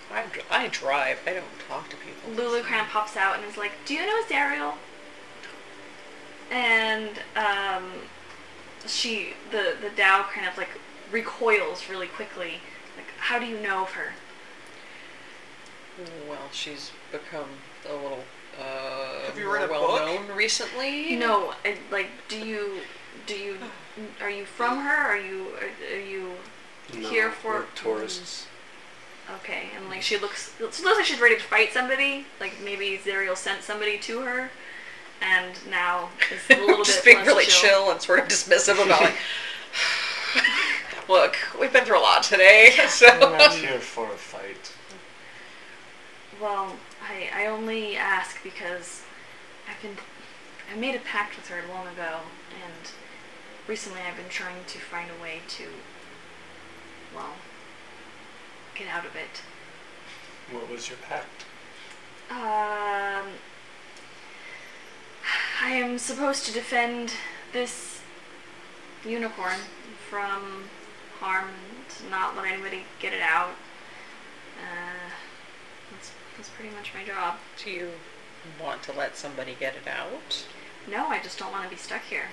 H: I, dr- I drive. I don't talk to people.
A: Lulu kind of pops out and is like, "Do you know Zariel?" and um, she the the Dow kind of like recoils really quickly. Like, how do you know of her?
H: Well, she's become a little uh,
F: Have you
H: more
F: read a
H: well
F: book?
H: known recently.
A: No, and, like, do you do you are you from her? Are you are, are you
G: No,
A: Here for-
G: we're tourists.
A: okay? And like, she looks she looks like she's ready to fight somebody. Like maybe Zerial sent somebody to her, and now is a little
H: just
A: bit
H: being
A: less
H: really
A: chill.
H: chill and sort of dismissive about like, look, we've been through a lot today, so
D: not here for a fight.
A: Well, I, I only ask because I've been I made a pact with her long ago, and recently I've been trying to find a way to well get out of it.
B: What was your pact?
A: Um, I am supposed to defend this unicorn from harm and not let anybody get it out. Uh, that's, that's pretty much my job.
H: do you want to let somebody get it out?
A: No, I just don't want to be stuck here.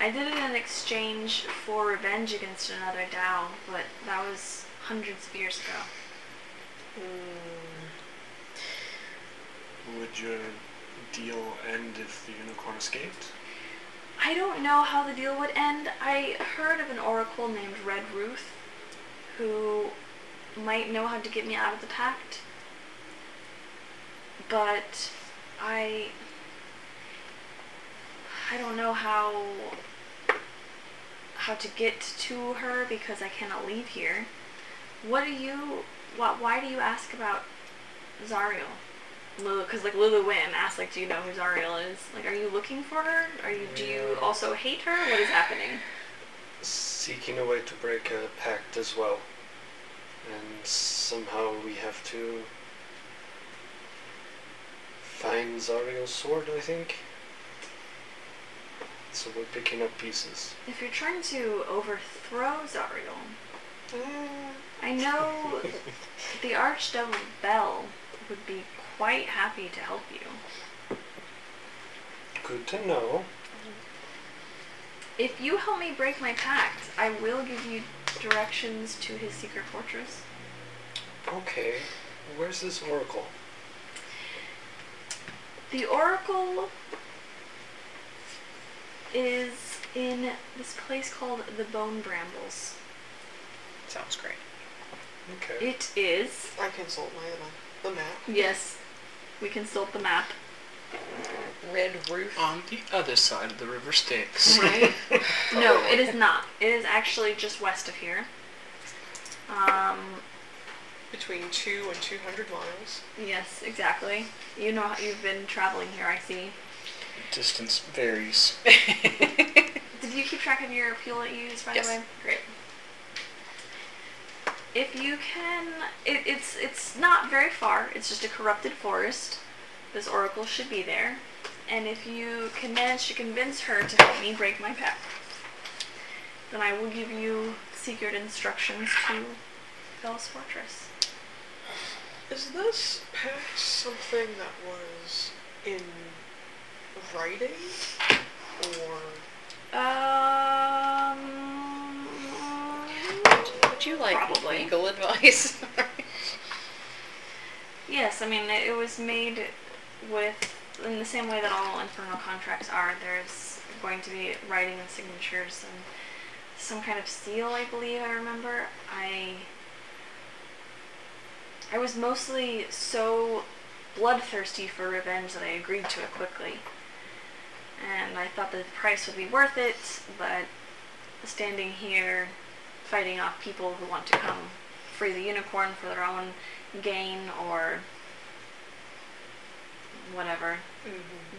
A: I did it in exchange for revenge against another Dao, but that was hundreds of years ago.
B: Would your deal end if the unicorn escaped?
A: I don't know how the deal would end. I heard of an oracle named Red Ruth who might know how to get me out of the pact. But I I don't know how how to get to her because I cannot leave here. What do you why, why do you ask about Zariel? Lulu, because like Lulu Wynn asked, like, do you know who Zariel is? Like, are you looking for her? Are you? Do you also hate her? What is happening?
G: Seeking a way to break a pact as well. And somehow we have to find Zariel's sword, I think. So we're picking up pieces.
A: If you're trying to overthrow Zariel, I know the Archdevil Bell would be quite happy to help you.
G: Good to know.
A: If you help me break my pact, I will give you directions to his secret fortress.
G: Okay, where's this oracle?
A: The Oracle is in this place called the Bone Brambles.
H: Sounds great.
G: Okay.
A: It is
F: I consult my uh, the map.
A: Yes, we consult the map.
H: Red roof.
B: On the other side of the river Styx.
A: Right? no, it is not. It is actually just west of here. Um,
F: Between two and two hundred miles.
A: yes, exactly. You know, you've been traveling here, I see.
B: Distance varies.
A: Did you keep track of your fuel that you used, by
H: Yes.
A: the way? Great. If you can, it, it's it's not very far. It's just a corrupted forest. This oracle should be there, and if you can manage to convince her to help me break my pact, then I will give you secret instructions to Bell's fortress.
F: Is this pact something that was in writing? Or
A: Um,
H: Would you like
A: Probably.
H: legal advice?
A: Yes, I mean it, it was made with in the same way that all infernal contracts are. There's going to be writing and signatures and some kind of seal, I believe. I remember. I I was mostly so bloodthirsty for revenge that I agreed to it quickly, and I thought that the price would be worth it. But standing here, fighting off people who want to come free the unicorn for their own gain or whatever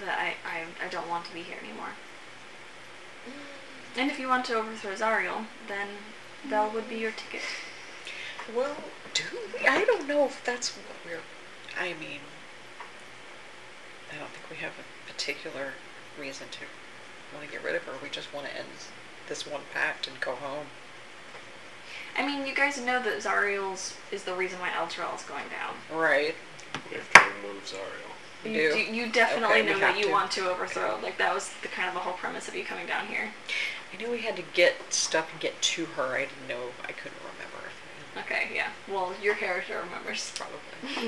A: that I, I, I don't want to be here anymore. And if you want to overthrow Zariel, then Bell would be your ticket.
H: well, do we? I don't know if that's what we're. I mean, I don't think we have a particular reason to want to get rid of her. We just want to end this one pact and go home.
A: I mean, you guys know that Zariel's is the reason why Elturel is going down.
H: Right.
G: We have to remove Zariel.
A: You,
H: do.
A: you- you definitely
H: Okay, we
A: know what
H: have
A: you
H: to.
A: want to overthrow. Like that was the kind of the whole premise of you coming down here.
H: I knew we had to get stuff and get to her. I didn't know. I couldn't remember.
A: Okay, yeah. Well, your character remembers.
H: Probably.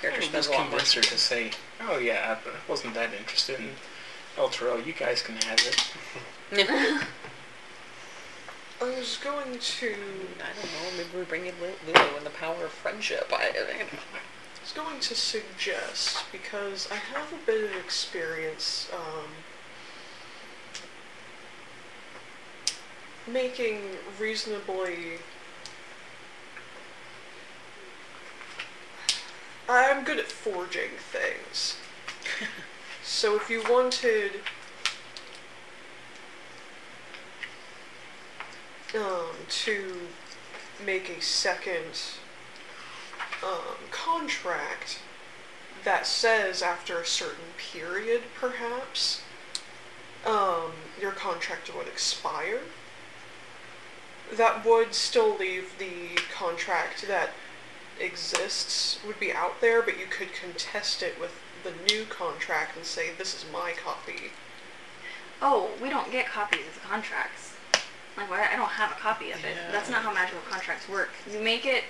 H: Character
B: I
H: spends
B: just
H: a lot more
B: convince her to say, "Oh yeah, I wasn't that interested in El Toro. You guys can have it."
F: I was going to.
H: I don't know. Maybe we bring in Lu- Lulu and the power of friendship. I, I don't know.
F: I was going to suggest because I have a bit of experience um, making reasonably. I'm good at forging things. so if you wanted. Um, to make a second um, contract that says after a certain period, perhaps, um, your contract would expire. That would still leave the contract that exists would be out there, but you could contest it with the new contract and say, "This is my copy."
A: Oh, we don't get copies of the contracts. Like, why? I don't have a copy of it. That's not how magical contracts work. You make it,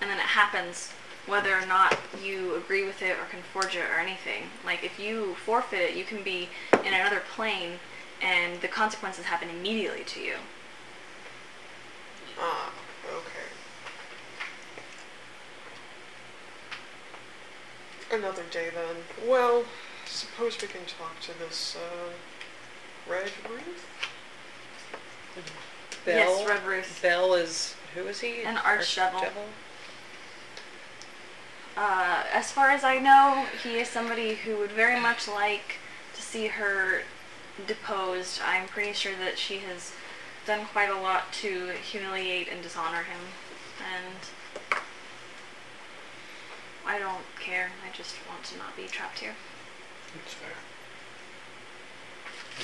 A: and then it happens, whether or not you agree with it or can forge it or anything. Like, if you forfeit it, you can be in another plane, and the consequences happen immediately to you.
F: Ah, okay. Another day then. Well, suppose we can talk to this uh, red wreath.
H: Bell,
A: Yes, Red Ruth.
H: Bell is who is he?
A: An archdevil.
H: Archdevil?
A: Uh, as far as I know, he is somebody who would very much like to see her deposed. I'm pretty sure that she has done quite a lot to humiliate and dishonor him. And I don't care. I just want to not be trapped here.
G: That's fair.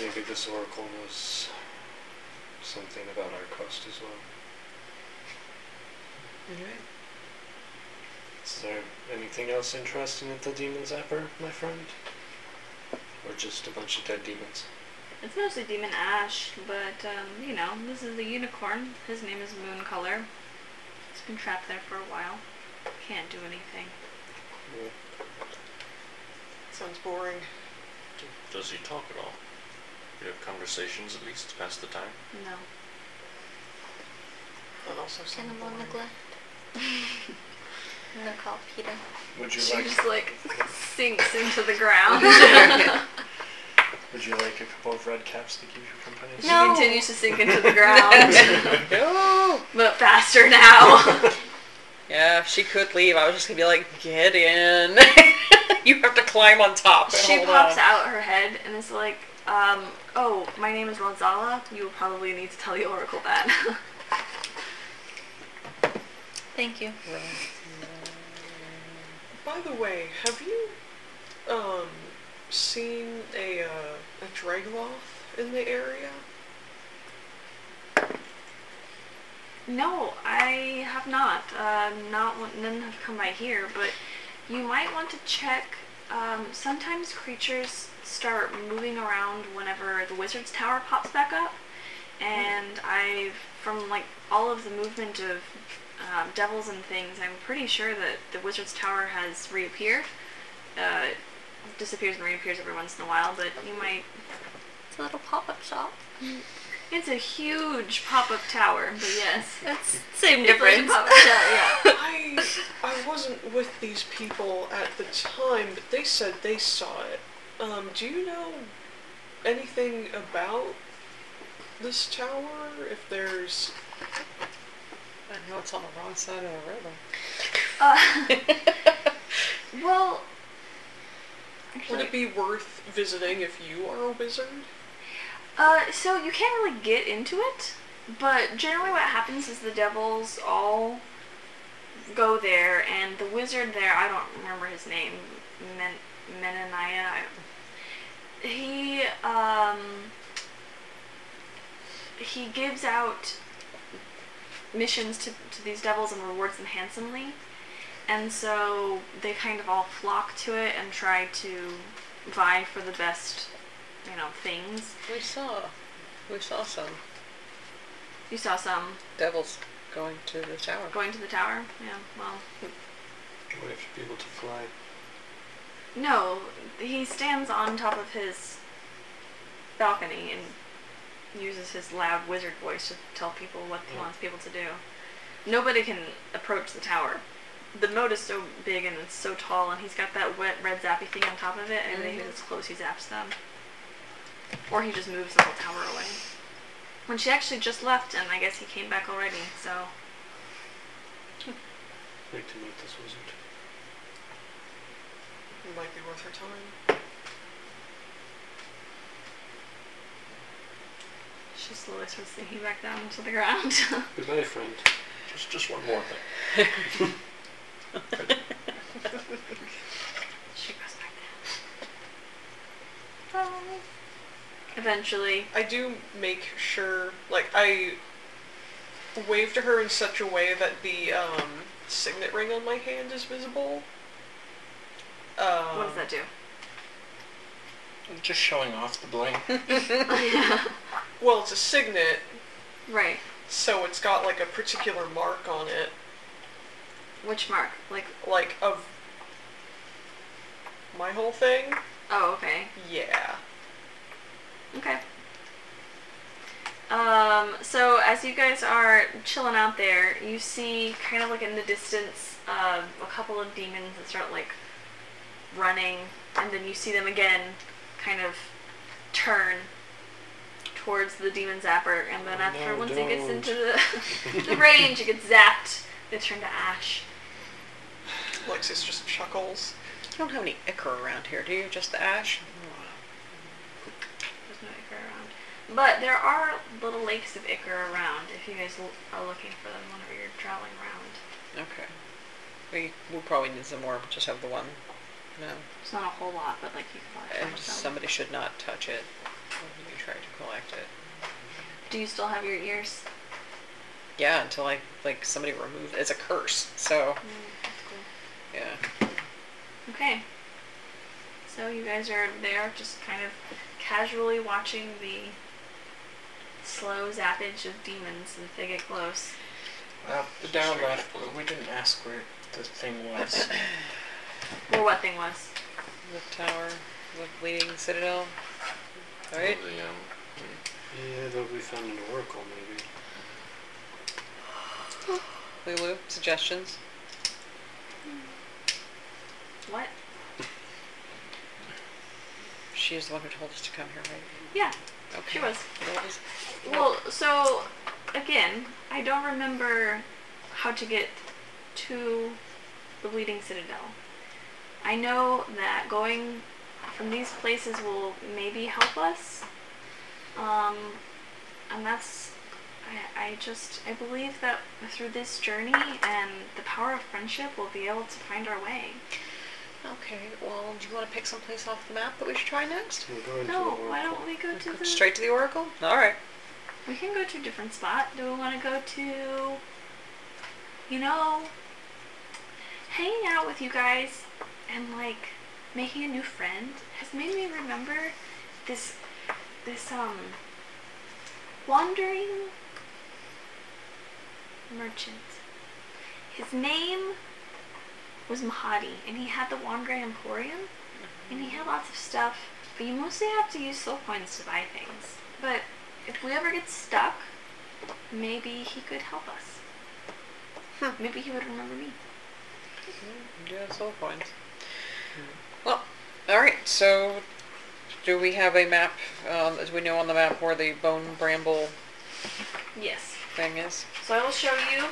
G: Maybe this oracle knows something about our coast as well.
H: Mm-hmm.
G: Is there anything else interesting at the Demon's Apper, my friend? Or just a bunch of dead demons?
A: It's mostly Demon Ash, but um, you know, this is a unicorn. His name is Mooncolor. He's been trapped there for a while. Can't do anything.
G: Yeah.
F: Sounds boring.
D: Does he talk at all? Do you have conversations at least to pass the time?
A: No.
F: That also sounds
E: Animal
F: boring.
E: neglect. I'm gonna call Peter.
I: Would you
A: She
I: like
A: just like sinks into the ground.
I: Would you like a couple of red caps to keep you company?
A: She
E: No.
A: continues to sink into the ground,
H: No.
A: but faster now.
H: Yeah, if she could leave, I was just gonna be like, get in. you have to climb on top. And
A: she
H: hold
A: pops
H: on.
A: out her head and is like, um, "Oh, my name is Ronzala. You will probably need to tell the Oracle that."
E: Thank you.
F: By the way, have you um, seen a, uh, a Dragloth in the area?
A: no, I have not. Uh, not one, none have come by here, but you might want to check. Um, sometimes creatures start moving around whenever the Wizard's Tower pops back up, and I've from like all of the movement of um, devils and things, I'm pretty sure that the Wizard's Tower has reappeared. Uh, it disappears and reappears every once in a while, but you might
E: It's a little pop-up shop.
A: It's a huge pop-up tower, but yes.
E: It's same
A: It's like a
E: difference.
A: pop-up tower, yeah.
F: I I wasn't with these people at the time, but they said they saw it. Um, do you know anything about this tower? If there's
H: I know it's on the wrong side of the river.
A: Uh, well,
F: would
A: actually,
F: it be worth visiting if you are a wizard?
A: uh, so you can't really get into it, but generally what happens is the devils all go there, and the wizard there, I don't remember his name, Men- Menaniah, I he um he gives out missions to, to these devils and rewards them handsomely And so they kind of all flock to it and try to vie for the best, you know, things.
H: We saw, we saw some
A: You saw some
H: devils going to the tower.
A: going to the tower. Yeah, well,
G: What if you're able to fly?
A: no, he stands on top of his balcony and uses his loud wizard voice to tell people what he
G: Yeah.
A: wants people to do. Nobody can approach the tower. The moat is so big and it's so tall, and he's got that wet red zappy thing on top of it. and Anybody who gets close, he zaps them, or he just moves the whole tower away. And she actually just left, and I guess he came back already. So
G: Like to meet this wizard.
F: It might be worth her time.
A: she slowly starts sinking back down to the ground.
G: Goodbye, friend.
D: Just, just one more thing.
A: She goes back down. Eventually,
F: I do make sure, like, I wave to her in such a way that the um, signet ring on my hand is visible. Um,
A: what does that do?
B: Just showing off the bling.
F: Well, it's a signet,
A: Right.
F: so it's got like a particular mark on it,
A: Which mark? Like,
F: like of my whole thing.
A: oh, okay.
F: Yeah.
A: Okay. Um, so as you guys are chilling out there, you see kind of like in the distance um, a couple of demons that start like running, and then you see them again kind of turn towards the demon zapper, and then
G: Oh,
A: after
G: no,
A: once it gets
G: don't.
A: into the, the range, it gets zapped. They turn to ash.
F: Lexus just chuckles.
H: You don't have any ichor around here, do you? Just the ash?
A: There's no ichor around. But there are little lakes of ichor around if you guys l- are looking for them whenever you're traveling around.
H: Okay. We will probably need some more. Just have the one. No.
A: It's not a whole lot, but like you can
H: And
A: find some.
H: somebody should not touch it when you try to collect it.
A: Do you still have your ears?
H: Yeah, until I like somebody removed it's a curse. So
A: Mm,
H: yeah.
A: Okay. So you guys are there, just kind of casually watching the slow zappage of demons as they get close.
B: Well, the Uh, down left, but we didn't ask where the thing was.
A: Or what thing was?
H: The tower, the leading citadel. Alright.
D: The, um,
G: Yeah, that we found an oracle, maybe.
H: Lulu, suggestions?
A: What?
H: She is the one who told us to come here, right?
A: Yeah,
H: Okay.
A: she was.
H: That was-
A: Well, so again, I don't remember how to get to the Bleeding Citadel. I know that going from these places will maybe help us. Um, and that's. I, I just. I believe that through this journey and the power of friendship, we'll be able to find our way.
H: Okay, well, do you want to pick some place off the map that we should try next?
G: We're going to
A: No,
G: an oracle.
A: why don't we go to the.
H: Straight to the Oracle? Alright.
A: We can go to a different spot. Do we want to go to, you know, hanging out with you guys and like making a new friend has made me remember this, this um, wandering merchant. His name was Mahadi, and he had the Wandering Emporium, and he had lots of stuff. But you mostly have to use soul coins to buy things. But if we ever get stuck, maybe he could help us. Maybe he would remember me.
H: Do have soul coins. Well, alright, so do we have a map, um, as we know on the map, where the bone bramble
A: Yes.
H: thing is?
A: So I will show you.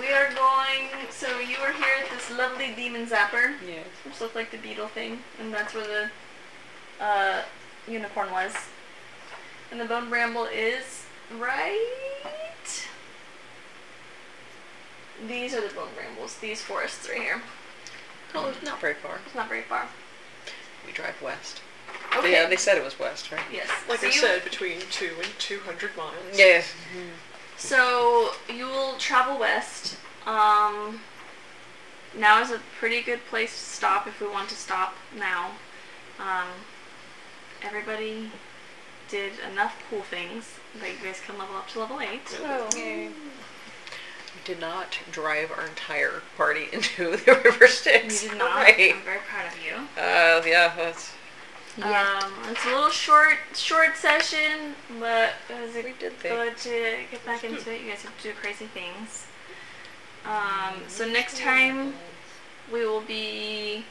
A: We are going. So you are here at this lovely demon zapper,
H: Yes.
A: which looked like the beetle thing, and that's where the uh, unicorn was. And the bone bramble is right. These are the bone brambles. These forests right here.
H: Oh, it's not very far.
A: It's not very far.
H: We drive west.
A: Okay.
H: Yeah, they said it was west, right?
A: Yes.
F: Like
A: so
F: I
A: you-
F: said, between two and two hundred miles.
H: Yes.
A: So you will travel west Um, now is a pretty good place to stop if we want to stop now. Um, everybody did enough cool things that you guys can level up to level 8.
C: Did not drive our entire party into the river Styx.
A: You did not.
C: Right.
A: I'm very proud of you.
C: Uh, yeah, that's.
A: Um, it's a little short, short session, but it was a
C: We did
A: good to get back into it. You guys have to do crazy things. Um,
C: Mm-hmm.
A: so next time we will be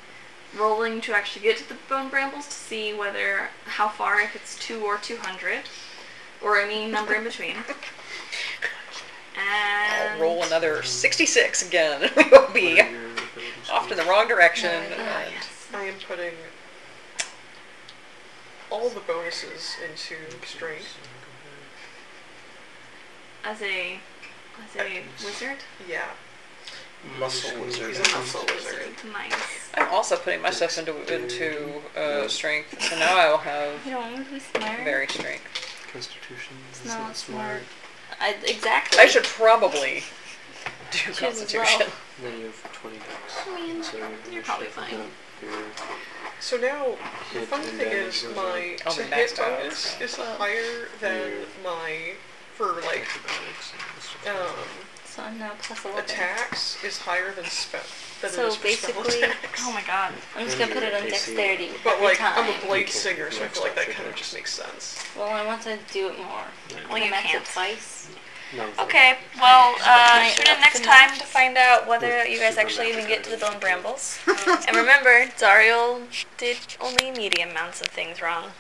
A: rolling to actually get to the bone brambles to see whether how far, if it's two or two hundred, or any number in between. And
C: I'll roll
H: Mm.
C: another 66 again, and we will be off in the wrong direction.
A: Oh,
C: and
A: yes.
F: I am putting all the bonuses into strength.
A: As a as a wizard,
F: Yeah,
B: Muscle
F: he's
B: wizard.
F: a muscle wizard.
A: nice.
C: Uh, I'm also putting myself into into uh, strength, so now I will have
E: You don't want to be smart.
C: very strength.
G: Constitution is
E: not
G: not smart.
E: I, exactly.
C: I should probably do
E: as
C: Constitution.
G: Then you have 20 bucks.
A: I mean,
G: so
A: you're probably fine.
F: So now, the
G: Hit
F: funny
G: and
F: thing
G: damage
F: is,
G: goes
F: my
C: up. Oh,
F: to
C: the
F: hit
C: next one.
F: bonus is higher than my for like um,
E: So I'm now plus 11.
F: attacks is higher than spell than it
E: So
F: is for spell
E: basically-
F: attacks.
A: Oh my god.
E: I'm just gonna put it on dexterity every
F: But like,
E: time.
F: I'm a blade
G: Okay.
F: singer, so I feel like that kind of just makes sense.
E: well, I want to do it more.
A: Well, you
E: I'm at it
A: can't.
E: twice.
A: Okay, well, uh, tune in next time to find out
E: Whether you guys actually even get to the bone brambles. and remember, Zariel did only medium amounts of things wrong.